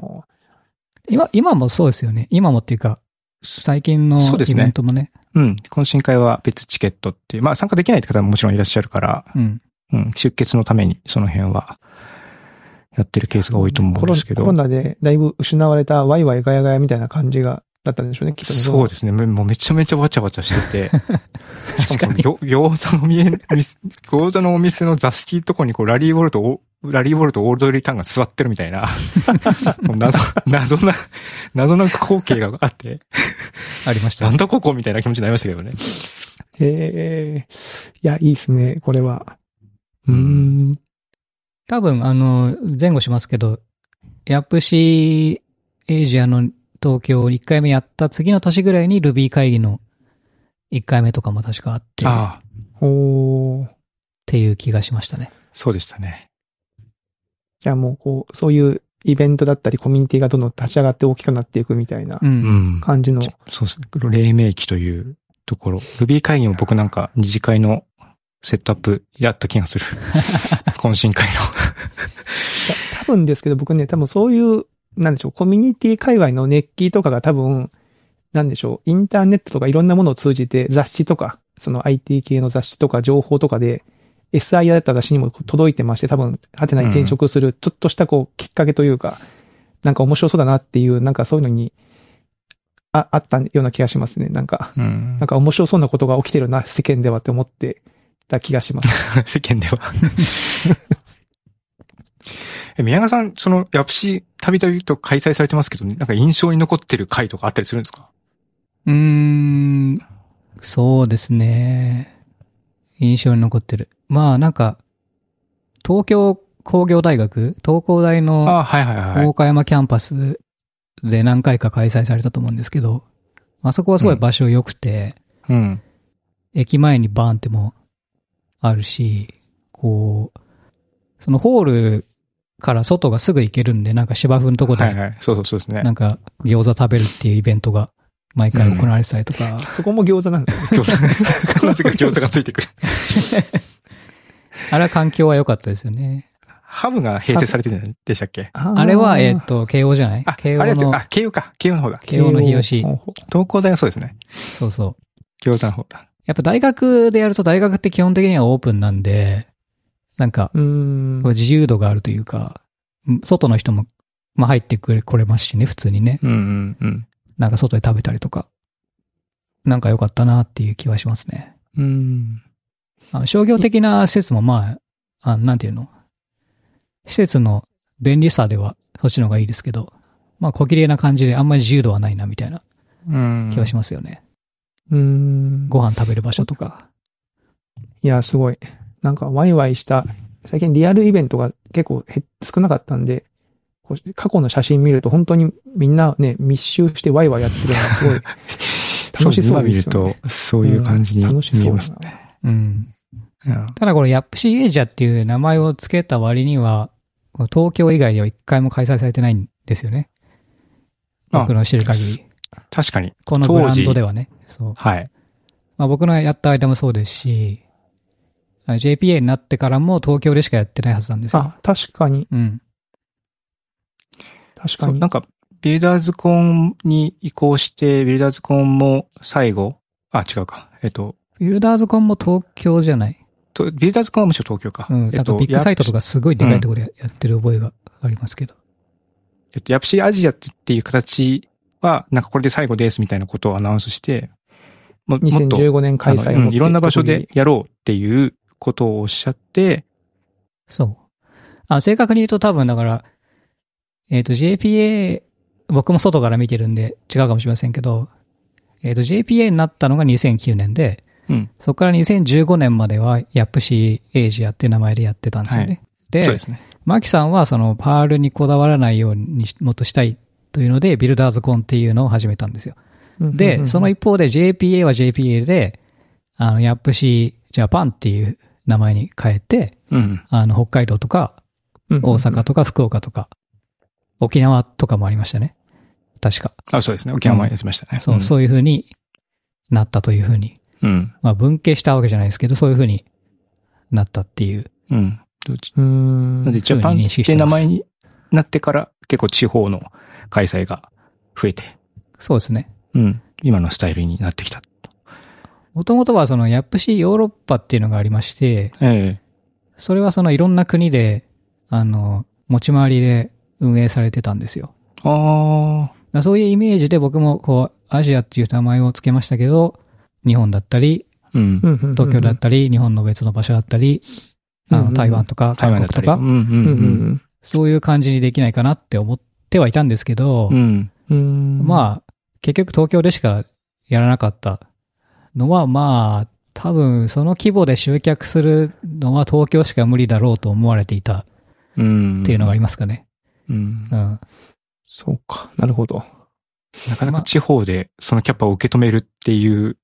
[SPEAKER 3] 今、今もそうですよね。今もっていうか、最近の
[SPEAKER 1] そうで
[SPEAKER 3] イ
[SPEAKER 1] すね
[SPEAKER 3] ベントもね。
[SPEAKER 1] うん。懇親会は別チケットっていう、まあ参加できないって方ももちろんいらっしゃるから、
[SPEAKER 3] うん。
[SPEAKER 1] うん。出血のためにその辺は、やってるケースが多いと思うんですけ
[SPEAKER 2] コロ
[SPEAKER 1] ど。
[SPEAKER 2] ナコロナでだいぶ失われたワイワイガヤガヤみたいな感じが、だったんでしょうね、きっとね。
[SPEAKER 1] そうですね。めもうめちゃめちゃわちゃわちゃ してて。しかも
[SPEAKER 3] 確
[SPEAKER 1] そのぎょ餃子の見え、みす 餃子のお店の座敷とこにこうラリーボルトを、ラリーボルトオールドリータンが座ってるみたい な、もう謎、謎な、謎な光景があって、
[SPEAKER 3] ありまし
[SPEAKER 1] な
[SPEAKER 3] た
[SPEAKER 1] ん。だここみたいな気持ちになりましたけどね。
[SPEAKER 2] へえいや、いいですね、これは。う
[SPEAKER 1] う
[SPEAKER 2] ー
[SPEAKER 1] ん
[SPEAKER 2] ん。
[SPEAKER 3] 多分、あの、前後しますけど、ヤプシーエイジアの東京を1回目やった次の年ぐらいに Ruby 会議の1回目とかも確かあって、っ
[SPEAKER 1] ああ、
[SPEAKER 2] おー
[SPEAKER 3] ていう気がしましたね。
[SPEAKER 1] そうでしたね。
[SPEAKER 2] じゃあもう、こう、そういうイベントだったり、コミュニティがどんどん立ち上がって大きくなっていくみたいな
[SPEAKER 3] う。
[SPEAKER 1] うんん。
[SPEAKER 2] 感じの。
[SPEAKER 1] そうですね。黎明期というところ。Ruby 会議も僕なんか二次会のセットアップやった気がする。 懇親会
[SPEAKER 2] 多分ですけど、僕ね、多分そういう、なんでしょう、コミュニティ界隈の熱気とかが多分、なんでしょう、インターネットとかいろんなものを通じて雑誌とか、その IT 系の雑誌とか情報とかで、SI だった私にも届いてまして、多分、ハテナに転職する、ちょっとしたこう、きっかけというか、なんか面白そうだなっていう、なんかそういうのに、あ、あったような気がしますね。なんか、
[SPEAKER 1] の。うん
[SPEAKER 2] なんか面白そうなことが起きてるな、世間ではって思ってた気がします。
[SPEAKER 1] 世間では。 え宮川さん、その、ヤプシ、たびたびと開催されてますけど、なんか印象に残ってる回とかあったりするんですか
[SPEAKER 3] うーん、そうですね。印象に残ってる。まあなんか、東京工業大学、東工大の
[SPEAKER 1] あはいはいはい
[SPEAKER 3] 大。岡山キャンパスで何回か開催されたと思うんですけど、あそこはすごい場所良くて、
[SPEAKER 1] うん。
[SPEAKER 3] 駅前にバーンってもあるし、こう、そのホールから外がすぐ行けるんで、なんか芝生のとこ
[SPEAKER 1] はい
[SPEAKER 3] で、
[SPEAKER 1] はい。そうそうそうですね
[SPEAKER 3] な。んか餃子食べるっていうイベントが毎回行われてたりとか、
[SPEAKER 2] そこも餃子なんですね。
[SPEAKER 1] 餃子、な ぜか餃子がついてくる。
[SPEAKER 3] あれは環境は良かったですよね。
[SPEAKER 1] ハブが併設されてるんじゃないでしたっけ
[SPEAKER 2] あー
[SPEAKER 3] あれは、えっ、と、慶応じゃない
[SPEAKER 1] あ、あ
[SPEAKER 3] 慶
[SPEAKER 1] れ
[SPEAKER 3] 応
[SPEAKER 1] です
[SPEAKER 3] の、
[SPEAKER 1] あ、慶応か。慶応の方だ。
[SPEAKER 3] 慶応の日吉。
[SPEAKER 1] 東工大はそうですね。
[SPEAKER 3] そうそう。
[SPEAKER 1] 餃子の方だ。
[SPEAKER 3] やっぱ大学でやると大学って基本的にはオープンなんで、なんか、
[SPEAKER 2] うーん
[SPEAKER 3] こう。自由度があるというか、うん外の人も、まあ入ってくれ、これますしね、普通にね。
[SPEAKER 1] うんうんうん。
[SPEAKER 3] なんか外で食べたりとか。なんか良かったなっていう気はしますね。
[SPEAKER 1] うん。
[SPEAKER 3] あの商業的な施設もまあ、あのなんていうの施設の便利さではそっちの方がいいですけど、まあ小綺麗な感じであんまり自由度はないなみたいな
[SPEAKER 1] うん。
[SPEAKER 3] 気はしますよね。
[SPEAKER 2] うーん。
[SPEAKER 3] ご飯食べる場所とか。
[SPEAKER 2] いや、すごい。なんかワイワイした、最近リアルイベントが結構減っ少なかったんで、こう過去の写真見ると本当にみんなね、密集してワイワイやってるのがす ごい楽しそうですよ
[SPEAKER 1] 今見
[SPEAKER 2] ね
[SPEAKER 1] る。と、そういう感じに
[SPEAKER 2] うん
[SPEAKER 1] 見
[SPEAKER 2] 楽しそ
[SPEAKER 1] え
[SPEAKER 2] うだな
[SPEAKER 1] ますね。
[SPEAKER 3] うん。
[SPEAKER 1] うん
[SPEAKER 3] ただこれ、ヤップシーエイジャーっていう名前を付けた割には、この東京以外では一回も開催されてないんですよね。
[SPEAKER 1] あ
[SPEAKER 3] 僕の知る限
[SPEAKER 1] そ
[SPEAKER 3] り。
[SPEAKER 1] 確かに。
[SPEAKER 3] このブランドではね。そう。
[SPEAKER 1] はい。
[SPEAKER 3] まあ僕のやった間もそうですし、あ JPA になってからも東京でしかやってないはずなんですよ。
[SPEAKER 2] あ、確かに、
[SPEAKER 3] うん。
[SPEAKER 2] 確か
[SPEAKER 1] そう
[SPEAKER 2] に
[SPEAKER 1] な。んか、ビルダーズコンに移行して、ビルダーズコンも最後、あ、違うか。えっと、
[SPEAKER 3] ビルダーズコンも東京じゃない。
[SPEAKER 1] とビルダーズコンはむしろ東京か。
[SPEAKER 3] うん。
[SPEAKER 1] えっ
[SPEAKER 3] なんか
[SPEAKER 1] と、
[SPEAKER 3] ビッグサイトと
[SPEAKER 1] ヤプ
[SPEAKER 3] かすごいでかいところでやってる覚えがありますけど。
[SPEAKER 1] シえっと、ヤプシアジアっていう形は、なんかこれで最後ですみたいなことをアナウンスして、ももっと
[SPEAKER 2] 2015年開
[SPEAKER 1] あ
[SPEAKER 2] 催を
[SPEAKER 1] の
[SPEAKER 2] も
[SPEAKER 1] う
[SPEAKER 2] っ
[SPEAKER 1] ん
[SPEAKER 2] て
[SPEAKER 1] いろんな場所でやろうっていうことをおっしゃって、
[SPEAKER 3] そう。あ、正確に言うと多分だから、えっ、と JPA、僕も外から見てるんで違うかもしれませんけど、えっ、と JPA になったのが2009年で、
[SPEAKER 1] うん。
[SPEAKER 3] そこから2015年まではヤップシーエイジアっていう名前でやってたんですよね。
[SPEAKER 1] はい
[SPEAKER 3] で
[SPEAKER 1] そうですね。
[SPEAKER 3] マキさんはそのパールにこだわらないようにしもっとしたいというので、ビルダーズコンっていうのを始めたんですよ。
[SPEAKER 2] うんうんうんう
[SPEAKER 3] で、
[SPEAKER 2] ん
[SPEAKER 3] その一方で JPA は JPA で、あの、ヤップシージャパンっていう名前に変えて、
[SPEAKER 1] うん。
[SPEAKER 3] あの、北海道とか
[SPEAKER 2] うんうんうん
[SPEAKER 3] 大阪とか福岡とか、沖縄とかもありましたね。確か。
[SPEAKER 1] あ、そうですね。沖縄もやりましたね。
[SPEAKER 3] そう、そういう風になったという風に。
[SPEAKER 1] うん。うん。
[SPEAKER 3] まあ、文系したわけじゃないですけど、そういう風になったっていう。
[SPEAKER 1] うん。どっち
[SPEAKER 2] うー
[SPEAKER 1] なん
[SPEAKER 2] ん。
[SPEAKER 1] で、ジャパンって名前になってから、結構地方の開催が増えて、
[SPEAKER 3] そうですね。
[SPEAKER 1] うん。今のスタイルになってきた。
[SPEAKER 3] もともとはその、ヤップシーヨーロッパっていうのがありまして、
[SPEAKER 1] ええ
[SPEAKER 3] それはそのいろんな国で、あの、持ち回りで運営されてたんですよ。
[SPEAKER 1] あ
[SPEAKER 3] だからそういうイメージで僕もこう、アジアっていう名前を付けましたけど、日本だったり、
[SPEAKER 1] あ。うん。
[SPEAKER 3] 東
[SPEAKER 2] 東
[SPEAKER 3] 京だったり、日本の別の場所だったり、あ
[SPEAKER 2] うんう
[SPEAKER 3] の、
[SPEAKER 2] ん
[SPEAKER 3] 台湾とか、
[SPEAKER 1] 台
[SPEAKER 3] 韓
[SPEAKER 1] 湾だった
[SPEAKER 3] 国と
[SPEAKER 1] り。うん
[SPEAKER 3] か、
[SPEAKER 2] うんう
[SPEAKER 1] うん
[SPEAKER 2] ん
[SPEAKER 3] そういう感じにできないかなって思ってはいたんですけど
[SPEAKER 1] うん。う、ん。
[SPEAKER 2] うんうん。あ、
[SPEAKER 3] まあ、結局東京でしかやらなかったのは、まあ、多分その規模で集客するのは東京しか無理だろうと思われていた
[SPEAKER 1] うん。
[SPEAKER 3] っていうのがあり
[SPEAKER 1] り
[SPEAKER 3] ますかね。
[SPEAKER 1] うん。
[SPEAKER 3] うん。
[SPEAKER 2] そうか。なるほど。
[SPEAKER 1] なかな
[SPEAKER 3] まあ
[SPEAKER 1] か地方でそのキャパを受け止めるっていう、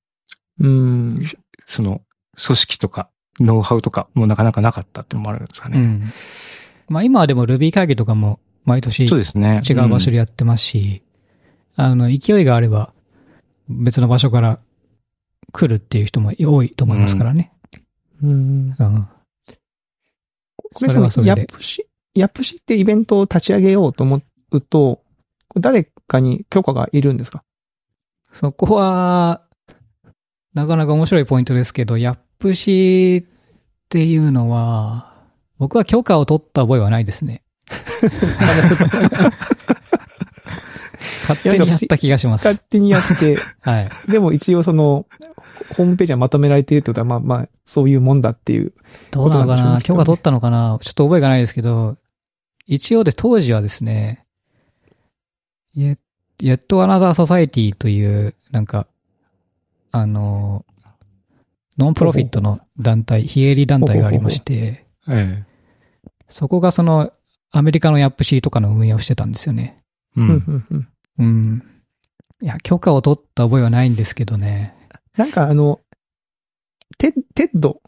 [SPEAKER 2] うん。
[SPEAKER 1] その、組織とか、ノウハウとかもなかなかなかったってのもあるんですか
[SPEAKER 3] う
[SPEAKER 1] ね。
[SPEAKER 3] ん。まあ今はでも Ruby 会議とかも毎年
[SPEAKER 1] そうですね。
[SPEAKER 3] 違う場所
[SPEAKER 1] で。
[SPEAKER 3] でやってますし、あの、勢いがあれば別の場所から来るっていう人も多いと思いますからね。
[SPEAKER 2] うん。
[SPEAKER 3] うん。
[SPEAKER 2] これ
[SPEAKER 3] それはそ
[SPEAKER 2] そ
[SPEAKER 3] れ
[SPEAKER 2] の、
[SPEAKER 3] で
[SPEAKER 2] ヤプシ、ヤプシってイベントを立ち上げようと思うと、これ誰かに許可がいるんですか
[SPEAKER 3] そこは、なかなか面白いポイントですけど、ヤップシーっていうのは、僕は許可を取った覚えはないですね。勝手にやった気がします
[SPEAKER 2] 勝。手にやって、
[SPEAKER 3] はい。
[SPEAKER 2] でも一応その、ホームページはまとめられているってことは、まあまあ、そういうもんだっていう。
[SPEAKER 3] どうなのか
[SPEAKER 2] ことなん
[SPEAKER 3] な
[SPEAKER 2] でしょうね
[SPEAKER 3] 許可取ったのかなちょっと覚えがないですけど、一応で当時はですね、や、やっとアナザーソサイティという、なんか、あの、ノンプロフィットの団体、非営利団体がありまして、
[SPEAKER 1] え
[SPEAKER 3] そこがその、アメリカのヤップシーとかの運営をしてたんですよね。
[SPEAKER 1] えう。
[SPEAKER 2] うんんうんうん
[SPEAKER 3] うん。いや、許可を取った覚えはないんですけどね。
[SPEAKER 2] なんかあの、テッ、テッド。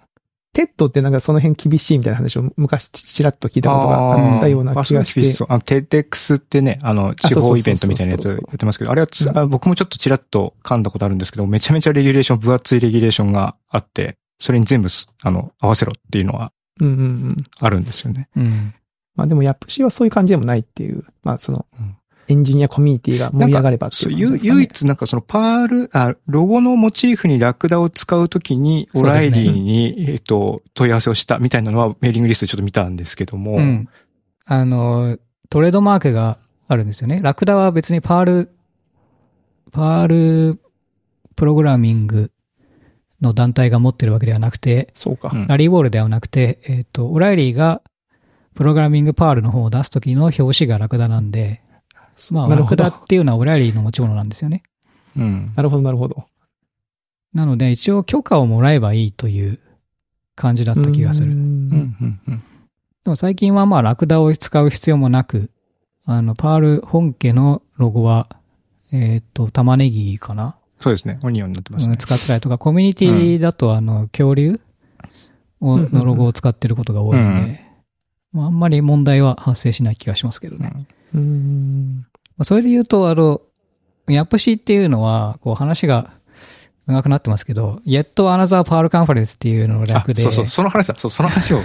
[SPEAKER 2] テッドってなんかその辺厳しいみたいな話を昔ちらっと聞いたことがあったような気がし
[SPEAKER 1] あ
[SPEAKER 2] て。
[SPEAKER 1] そうあの、テデックスってね、あの、地方イベントみたいなやつ
[SPEAKER 2] そう
[SPEAKER 1] や
[SPEAKER 2] そうそうそう
[SPEAKER 1] ってますけど、あれはつ
[SPEAKER 2] うん
[SPEAKER 1] あ僕もちょっとちらっと噛んだことあるんですけど、めちゃめちゃレギュレーション、分厚いレギュレーションがあって、それに全部す、あの、合わせろっていうのは
[SPEAKER 2] うんうんうん。
[SPEAKER 1] あるんですよね。
[SPEAKER 3] うん。
[SPEAKER 2] まあでも、ヤップシーはそういう感じでもないっていう。まあその
[SPEAKER 1] うん、
[SPEAKER 2] エンジニアコミュニティが盛り上がればって
[SPEAKER 1] そう、
[SPEAKER 2] いう感
[SPEAKER 1] ゆ
[SPEAKER 2] じですかね、
[SPEAKER 1] 唯一なんかそのパール、あ、ロゴのモチーフにラクダを使うときに、オ
[SPEAKER 3] そうです
[SPEAKER 1] ラ
[SPEAKER 3] ね
[SPEAKER 1] イリーに、えっと、問い合わせをしたみたいなのはメーリングリストでちょっと見たんですけども、
[SPEAKER 3] うん。あの、トレードマークがあるんですよね。ラクダは別にパール、パールプログラミングの団体が持ってるわけではなくて、
[SPEAKER 2] そうか。
[SPEAKER 1] うん
[SPEAKER 3] ラリーボールではなくて、えっ、と、オライリーがプログラミングパールの方を出すときの表紙がラクダなんで、まあ、
[SPEAKER 2] な
[SPEAKER 3] ラ
[SPEAKER 2] るほ
[SPEAKER 3] ク
[SPEAKER 2] ど
[SPEAKER 3] ダ。っていうのはオライリーの持ち物なんですよね。
[SPEAKER 1] うん。
[SPEAKER 2] なるほど、なるほど。
[SPEAKER 3] なので、一応許可をもらえばいいという感じだった気がす
[SPEAKER 2] う。
[SPEAKER 3] る。
[SPEAKER 1] うんん、うん、うん。
[SPEAKER 3] でも最近はまあラクダを使う必要もなく、あの、パール本家のロゴは、えーっと、玉ねぎかな、
[SPEAKER 1] そうですね。オニオンになってます
[SPEAKER 3] うん
[SPEAKER 1] ね。
[SPEAKER 3] 使ってたりとか、コミュニティだとあの、恐竜を
[SPEAKER 2] うんうんうん
[SPEAKER 3] のロゴを使ってることが多いので、まああんまり問題は発生しない気がしますけどね。
[SPEAKER 1] うん
[SPEAKER 2] うん。
[SPEAKER 3] まあそれで言うと、あの、ヤップシーっていうのは、こう話が長くなってますけど、Yet Another Pearl Conference っていうのを
[SPEAKER 1] あ
[SPEAKER 3] 略、で、
[SPEAKER 1] そうそう、その話だ。そう、その 話を。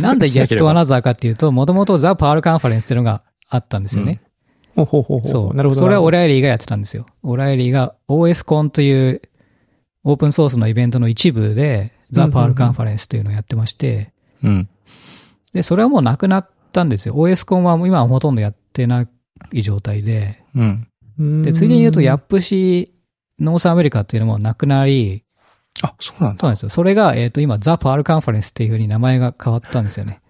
[SPEAKER 3] なんで
[SPEAKER 1] しなけ
[SPEAKER 3] Yet
[SPEAKER 1] れば
[SPEAKER 3] Another かっていうと、もともと The Pearl Conference っていうのがあったんですよね。
[SPEAKER 2] ほうほうほうほう。
[SPEAKER 3] そう。
[SPEAKER 2] なるほど。
[SPEAKER 3] それはオ
[SPEAKER 2] なる
[SPEAKER 3] ライリーがやってたんですよ。オライリーが OS コンという、オープンソースのイベントの一部で、ザ・パールカンファレンスというのをやってまして、
[SPEAKER 1] うん。
[SPEAKER 3] で、それはもうなくなったんですよ。OS コンは今はほとんどやってない状態で、
[SPEAKER 1] うん。
[SPEAKER 2] うん
[SPEAKER 3] で、ついでに言うと、ヤップシノースアメリカっていうのもなくなり、
[SPEAKER 1] あ、そうなんだ。
[SPEAKER 3] そうなんですよ。それが、えっ、と、今、ザ・パールカンファレンスっていうふうに名前が変わったんですよ ね。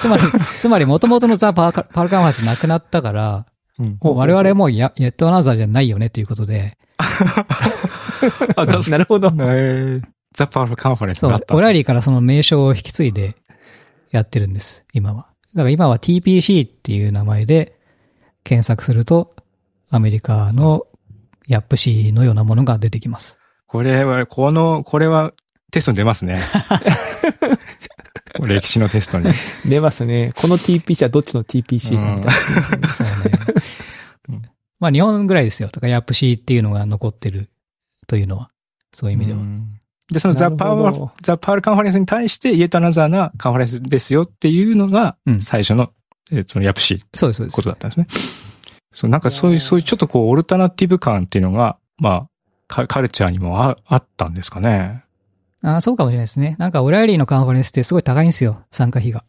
[SPEAKER 3] つまり、つまり、元々のザ・パールパールカンファレンスなくなったから、
[SPEAKER 1] うん
[SPEAKER 2] ほうほうほう
[SPEAKER 3] 我々もや、やっとアナザーじゃないよねっていうことで、
[SPEAKER 1] あ、ザ、
[SPEAKER 2] なるほど。
[SPEAKER 1] えーザ・パールカンファレンス
[SPEAKER 3] そ
[SPEAKER 1] があ
[SPEAKER 3] う
[SPEAKER 1] っ、た。
[SPEAKER 3] オラリーからその名称を引き継いでやってるんです、今は。だから今は TPC っていう名前で検索すると、アメリカのヤップシのようなものが出てきます。
[SPEAKER 1] これは、この、これはテストに出 ますね。歴史のテストに。
[SPEAKER 2] 出ますね。この TPC はどっちの TPC だみたい
[SPEAKER 3] そう ね。まあ日本ぐらいですよ。だからヤップシーっていうのが残ってるというのは、そういう意味では。
[SPEAKER 1] うんで、そのザ・パ
[SPEAKER 2] な
[SPEAKER 1] ー
[SPEAKER 2] るほ
[SPEAKER 1] ル
[SPEAKER 2] ど、
[SPEAKER 1] ザ・パールカンファレンスに対して、イエトナザーなカンファレンスですよっていうのが
[SPEAKER 3] う、ん
[SPEAKER 1] 最初の、えーそのヤプシー
[SPEAKER 3] そうです、そうです。
[SPEAKER 1] ことだったんですね。そう、なんかそういう、そういうちょっとこう、オルタナティブ感っていうのが、まあ、カカルチャーにもああったんですかね。
[SPEAKER 3] ああ、そうかもしれないですね。なんかオライリーのカンファレンスってすごい高いんですよ、参加費が。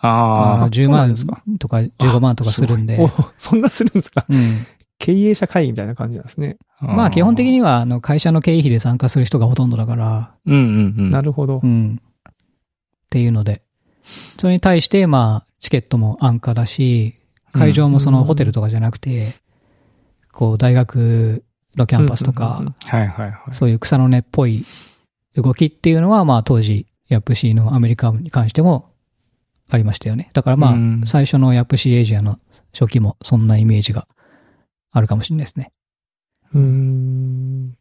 [SPEAKER 1] あ
[SPEAKER 3] の
[SPEAKER 1] あ、
[SPEAKER 3] 10
[SPEAKER 2] そうなん
[SPEAKER 3] 万
[SPEAKER 2] ですか
[SPEAKER 3] とか15万とかするんで
[SPEAKER 2] な。。おそんなするんですか
[SPEAKER 3] うん
[SPEAKER 2] 経営者会議みたいな感じなんですね。
[SPEAKER 3] まあ基本的
[SPEAKER 1] に。
[SPEAKER 3] にはあの会社の経費で参加する人がほとんどだから、
[SPEAKER 1] うんうんう。
[SPEAKER 2] なんるほど
[SPEAKER 3] う。ん。っていうので。それに対して、まあチケットも安価だし、会場もそのホテルとかじゃなくて、こう大学のキャンパスと
[SPEAKER 2] うんうんうん
[SPEAKER 3] か、
[SPEAKER 1] はいはいはい。
[SPEAKER 3] そういう草の根っぽい動きっていうのは、まあ当時、ヤップシーのアメリカに関してもありましたよね。だからま
[SPEAKER 1] うん
[SPEAKER 3] あ、最初のヤップシーエイジアの初期もそんなイメージがあるかもしれないですね。
[SPEAKER 2] うーん。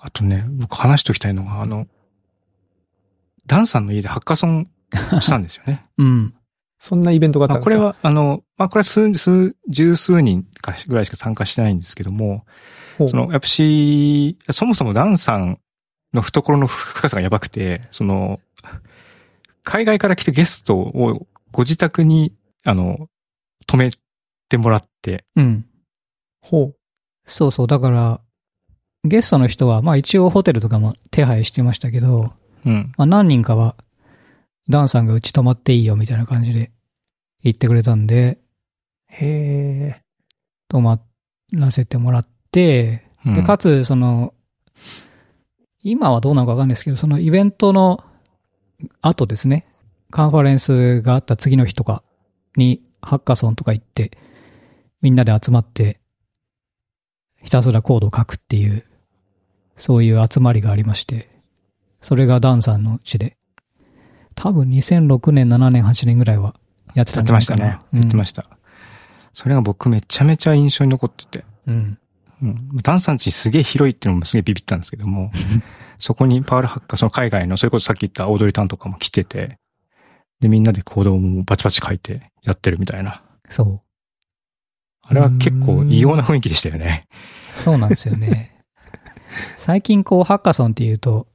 [SPEAKER 1] あとね、僕話しておきたいのが、あの、ダンさんの家でハッカソンしたんですよね。
[SPEAKER 3] うん。
[SPEAKER 2] そんなイベントがあった
[SPEAKER 1] ま
[SPEAKER 2] ん
[SPEAKER 1] あ、
[SPEAKER 2] です
[SPEAKER 1] こ
[SPEAKER 2] か
[SPEAKER 1] れ、は、あの、まあ、これは数、数、十数人かぐらいしか参加してないんですけども、
[SPEAKER 2] ほう
[SPEAKER 1] その、やっぱし、そもそもダンさんの懐の深さがやばくて、その、海外から来てゲストをご自宅に、あの、止めてもらって、
[SPEAKER 3] うん。
[SPEAKER 2] ほ
[SPEAKER 3] そうそう。だから、ゲストの人は、まあ一応ホテルとかも手配してましたけど、
[SPEAKER 1] うん。
[SPEAKER 3] まあ何人かは、ダンさんがうち泊まっていいよみたいな感じで言ってくれたんで、
[SPEAKER 2] う。へえ。
[SPEAKER 3] 泊まらせてもらって、
[SPEAKER 1] うん
[SPEAKER 3] で、かつ、その、今はどうなのかわかんないですけど、そのイベントの後ですね、カンファレンスがあった次の日とかに、ハッカソンとか行って、みんなで集まって、ひたすらコードを書くっていう、そういう集まりがありまして、それがダンさんのうちで、多分2006年、7年、8年ぐらいはやって
[SPEAKER 1] やって
[SPEAKER 3] たんじゃな
[SPEAKER 1] ま
[SPEAKER 3] い
[SPEAKER 1] し
[SPEAKER 3] か
[SPEAKER 1] た
[SPEAKER 3] な。
[SPEAKER 1] ね。やってま
[SPEAKER 3] し
[SPEAKER 1] した。それが僕めちゃめちゃ印象に残ってて。
[SPEAKER 3] た。うん。
[SPEAKER 1] うん。ダンさんちすげえ広いっていうのもすげえビビったんですけど も、そこにパワールハッカー、その海外の、それこそさっき言ったオードリータンとかも来てて、で、みんなで行動もバチバチ書いてやってるみたいな。
[SPEAKER 3] そう。
[SPEAKER 1] あれは結構異様な雰囲気でしたよね。
[SPEAKER 3] そうなんですよね。最近こう、ハッカソンっていうと、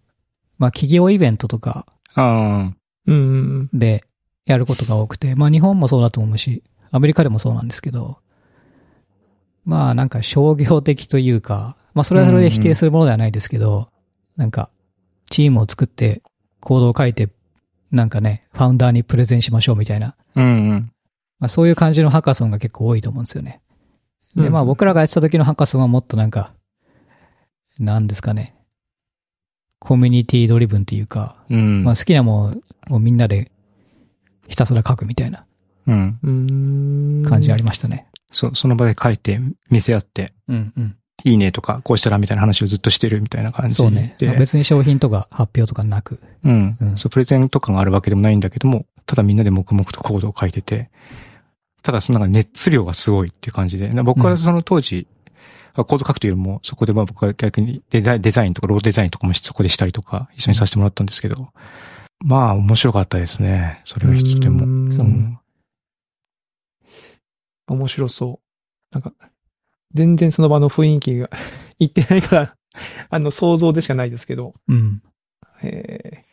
[SPEAKER 3] まあ企業イベントとか
[SPEAKER 1] あ
[SPEAKER 2] うんうん
[SPEAKER 3] でやることが多くて、まあ日本もそうだと思うし、アメリカでもそうなんですけど、まあなんか商業的というか、まあそれはそれで否定するものではないですけど、なんかチームを作って行動を書いて、なんかね、ファウンダーにプレゼンしましょうみたいな、
[SPEAKER 1] うん。うんうん。
[SPEAKER 3] まあそういう感じのハッカソンが結構多いと思うんですよね。
[SPEAKER 2] うん。
[SPEAKER 3] で、まあ僕らがやってた時のハッカソンはもっとなんか、なんですかね、コミュニティドリブンというか、
[SPEAKER 1] うん。
[SPEAKER 3] まあ好きなもんをみんなでひたすら書くみたいな
[SPEAKER 1] うん。
[SPEAKER 2] うーん。
[SPEAKER 3] 感じありましたね。
[SPEAKER 1] そ、その場で書いて、見せ合って、
[SPEAKER 3] うんうん。
[SPEAKER 1] いいねとか、こうしたらみたいな話をずっとしてるみたいな感じで。
[SPEAKER 3] そうね。まあ別に商品とか発表とかなく。
[SPEAKER 1] うん
[SPEAKER 3] う。ん
[SPEAKER 1] そう、プレゼンとかがあるわけでもないんだけども、ただみんなで黙々とコードを書いてて、ただそのなんか熱量がすごいっていう感じで、な僕はその当時、あコード書くというよりも、そこでまあ僕は逆にデザインデザインとかローデザインとかもそこでしたりとか、一緒にさせてもらったんですけど、まあ面白かったですね。それが一つでも。
[SPEAKER 2] も
[SPEAKER 3] そ
[SPEAKER 1] うん
[SPEAKER 3] う
[SPEAKER 2] 面白そう。なんか、全然その場の雰囲気が 言ってないから、あの、想像でしかないですけど。
[SPEAKER 3] うん。
[SPEAKER 2] へ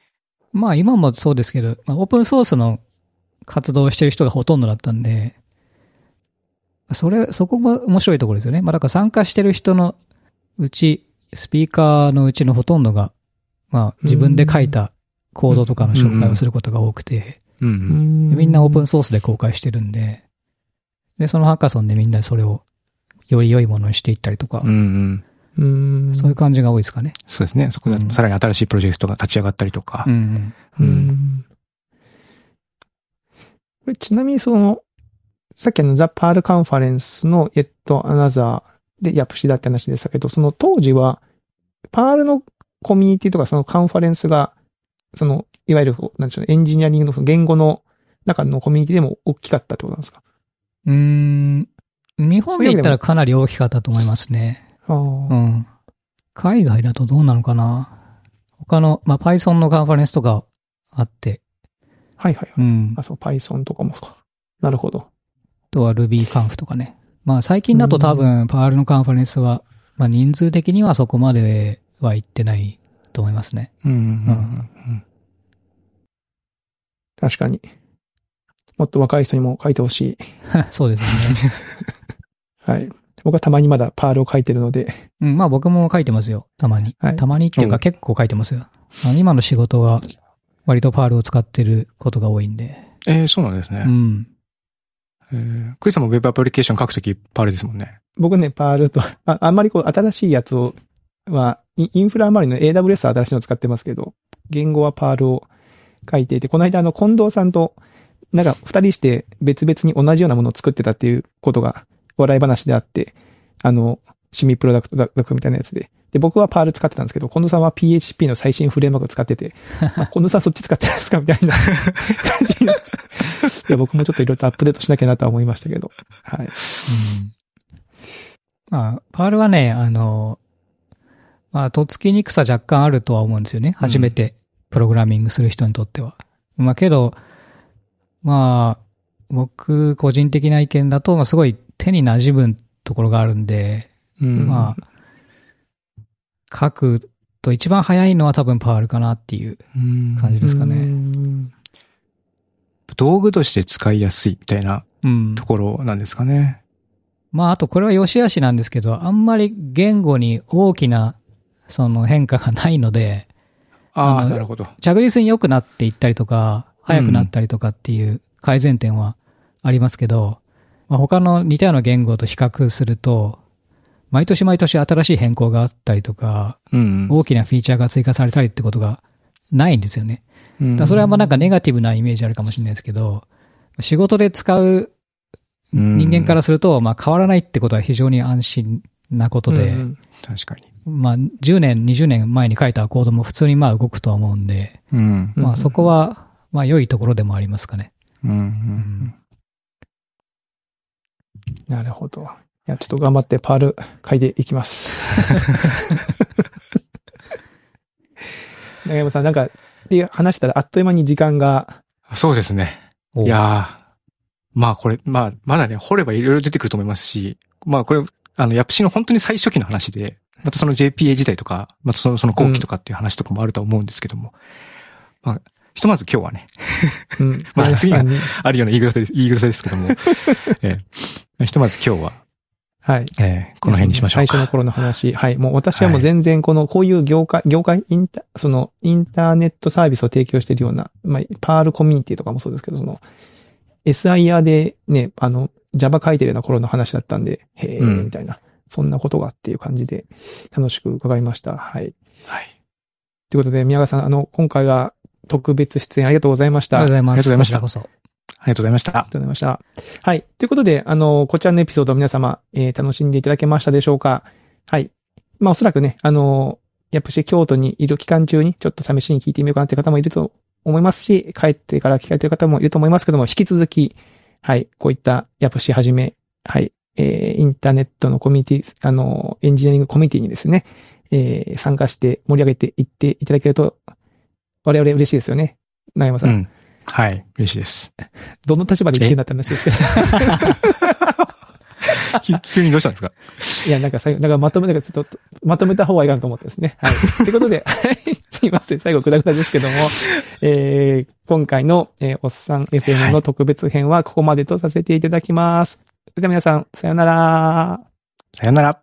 [SPEAKER 3] まあ今もそうですけど、まあ、オープンソースの活動をしてる人がほとんどだったんで、それ、そこも面白いところですよね。まあだから参加してる人のうち、スピーカーのうちのほとんどが、まあ、自分で書いたコードとかの紹介をすることが多くて、
[SPEAKER 1] うんう。
[SPEAKER 2] うんん
[SPEAKER 3] でみんなオープンソースで公開してるんで、で、そのハッカソンでみんなそれをより良いものにしていったりとか
[SPEAKER 1] うん、うん。
[SPEAKER 2] うん
[SPEAKER 3] そういう感じが多いですかね。
[SPEAKER 1] そうですね。そこ
[SPEAKER 3] うん
[SPEAKER 1] でさらに新しいプロジェクトが立ち上がったりとか。
[SPEAKER 3] うん
[SPEAKER 2] う
[SPEAKER 1] うん
[SPEAKER 2] んこれちなみにその、さっきのザ・パールカンファレンスの Yet Another でヤプシだって話でしたけど、その当時は、パールのコミュニティとかそのカンファレンスが、その、いわゆる、なんでしょうね、エンジニアリングのその言語の中のコミュニティでも大きかったってことなんですか
[SPEAKER 3] うん。うん。日本で言ったらかなり大きかったと思いますね。
[SPEAKER 2] ああ。
[SPEAKER 3] うん。海外だとどうなのかな他の、まあ、Python のカンファレンスとかあって、
[SPEAKER 2] はいはい。
[SPEAKER 3] うん。
[SPEAKER 2] あ、そう、Python とかもか。なるほど。
[SPEAKER 3] あとは RubyConf とかね。まあ、最近だと多分、パールのカンファレンスは、まあ、人数的にはそこまでは行ってないと思いますね。
[SPEAKER 1] うん。う
[SPEAKER 3] うんん
[SPEAKER 2] 確かに。もっと若い人にも書いてほしい。
[SPEAKER 3] そうですよね。
[SPEAKER 2] はい。僕はたまにまだパールを書いてるので、
[SPEAKER 3] うん、まあ、僕も書いてますよ。たまに。
[SPEAKER 2] はい
[SPEAKER 3] たまにっていう
[SPEAKER 1] う
[SPEAKER 3] か
[SPEAKER 1] ん
[SPEAKER 3] 結構書いてますよ。あの今の仕事は、割とパールを使ってることが多いんで。
[SPEAKER 1] えーそうなんです
[SPEAKER 3] う
[SPEAKER 1] ね。
[SPEAKER 3] ん。
[SPEAKER 1] えークリスさんも Web アプリケーション書くとき、パールですもんね。
[SPEAKER 2] 僕ね、パールと、ああんまりこう、新しいやつを、は、インインフラ周りの AWS は新しいの使ってますけど、言語はパールを書いていて、この間あの、近藤さんと、なんか二人して別々に同じようなものを作ってたっていうことが、笑い話であって、あの、趣味プロダクト、ダクトみたいなやつで。で、僕はパール使ってたんですけど、近藤さんは PHP の最新フレームワークを使ってて、あ近藤さんそっち使ってないですかみたいな感じになって。いや、僕もちょっといろいろとアップデートしなきゃなとは思いましたけど。はい。
[SPEAKER 3] うんまあ、パールはね、あの、まあ、とっつきにくさ若干あるとは思うんですよね。初めてプログラミングする人にとっては。まあ、けど、まあ、僕個人的な意見だと、まあ、すごい手に馴染むところがあるんで、
[SPEAKER 1] うん
[SPEAKER 3] まあ、書くと一番早いのは多分パールかなっていう感じですかね。
[SPEAKER 2] ね。
[SPEAKER 1] 道具として使いやすいみたいな
[SPEAKER 3] うん
[SPEAKER 1] ところなんですかね。
[SPEAKER 3] まあ、あとこれは良し悪しなんですけど、あんまり言語に大きな、その変化がないので、
[SPEAKER 1] あ
[SPEAKER 3] あ
[SPEAKER 1] あ、
[SPEAKER 3] の
[SPEAKER 1] なるほど。
[SPEAKER 3] 着実に良くなっていったりとか、早くなったりとかっていう改善点はありますけど、まあ、他の似たような言語と比較すると、毎年毎年新しい変更があったりとか、
[SPEAKER 1] うん
[SPEAKER 3] 大きなフィーチャーが追加されたりってことがないんですよね。
[SPEAKER 1] う
[SPEAKER 3] だ
[SPEAKER 1] ん。
[SPEAKER 3] からそれはまあなんかネガティブなイメージあるかもしれないですけど、仕事で使う
[SPEAKER 1] うん
[SPEAKER 3] 人間からすると、まあ変わらないってことは非常に安心なことで、
[SPEAKER 2] うん
[SPEAKER 1] 確かに。
[SPEAKER 3] まあ10年、20年前に書いたコードも普通にまあ動くとは思うんで、
[SPEAKER 1] うん。
[SPEAKER 2] うんうん
[SPEAKER 3] まあそこは、まあ良いところでもありますかね。
[SPEAKER 1] うんうん
[SPEAKER 2] なるほど。いや、ちょっと頑張ってパール書いていき ます。長山さん、なんか、で話したらあっという間に時間が、
[SPEAKER 1] そうですね。いやーまあこれ、まあ、まだね、掘ればいろいろ出てくると思いますし、まあこれ、あの、ヤプシの本当に最初期の話で、またその JPA 時代とか、またそのその後期とかっていう話とかもあるとは思うんですけども、まあ、ひとまず今日はね、
[SPEAKER 2] うん。
[SPEAKER 1] まあ 次は
[SPEAKER 2] 長山さんに
[SPEAKER 1] あるような言い草です、言い草ですけ ども、ええひとまず今日は、
[SPEAKER 2] はい。
[SPEAKER 1] ええこの辺にしましょう
[SPEAKER 2] 最初の
[SPEAKER 1] か。
[SPEAKER 2] 頃の話。はい。もう私はもう全然この、こういう業界、業界、インタ、その、インターネットサービスを提供しているような、まあ、パールコミュニティとかもそうですけど、その、SIR でね、あの、Java 書いてるような頃の話だったんで、へえ、
[SPEAKER 1] うん
[SPEAKER 2] みたいな、そんなことがっていう感じで、楽しく伺いました。はい。
[SPEAKER 1] はい。
[SPEAKER 2] ということで、宮川さん、あの、今回は特別出演ありがとうございまし
[SPEAKER 3] あ
[SPEAKER 2] た。
[SPEAKER 3] りがとうございま
[SPEAKER 1] あり
[SPEAKER 3] す。
[SPEAKER 1] がとうございました
[SPEAKER 3] こちらこ
[SPEAKER 1] ありがとうございました
[SPEAKER 2] ありが。とうございました。はい。ということで、あの、こちらのエピソード皆様、えー楽しんでいただけましたでしょうかはい。まあ、おそらくね、あの、やっぱし京都にいる期間中に、ちょっと試しに聞いてみようかなって方もいると思いますし、帰ってから聞かれてる方もいると思いますけども、引き続き、はい、こういった、やっぱしはじめ、はい、えーインターネットのコミュニティ、あの、エンジニアリングコミュニティにですね、えー参加して盛り上げていっていただけると、我々嬉しいですよね。長山さ。
[SPEAKER 1] うんん。はい。嬉しいです。
[SPEAKER 2] どの立場で言ってるんだって話ですけど。
[SPEAKER 1] き 急にどうしたんですか
[SPEAKER 2] いや、なんか最後、なんかまとめ、なんかちょっと、まとめた方がいいかなと思ってですね。はい。ということで、はい。すいません。最後、くだくだですけども、えー、今回の、えー、おっさん FM の特別編はここまでとさせていただきます。それでは皆さん、さようなら。
[SPEAKER 1] さよなら。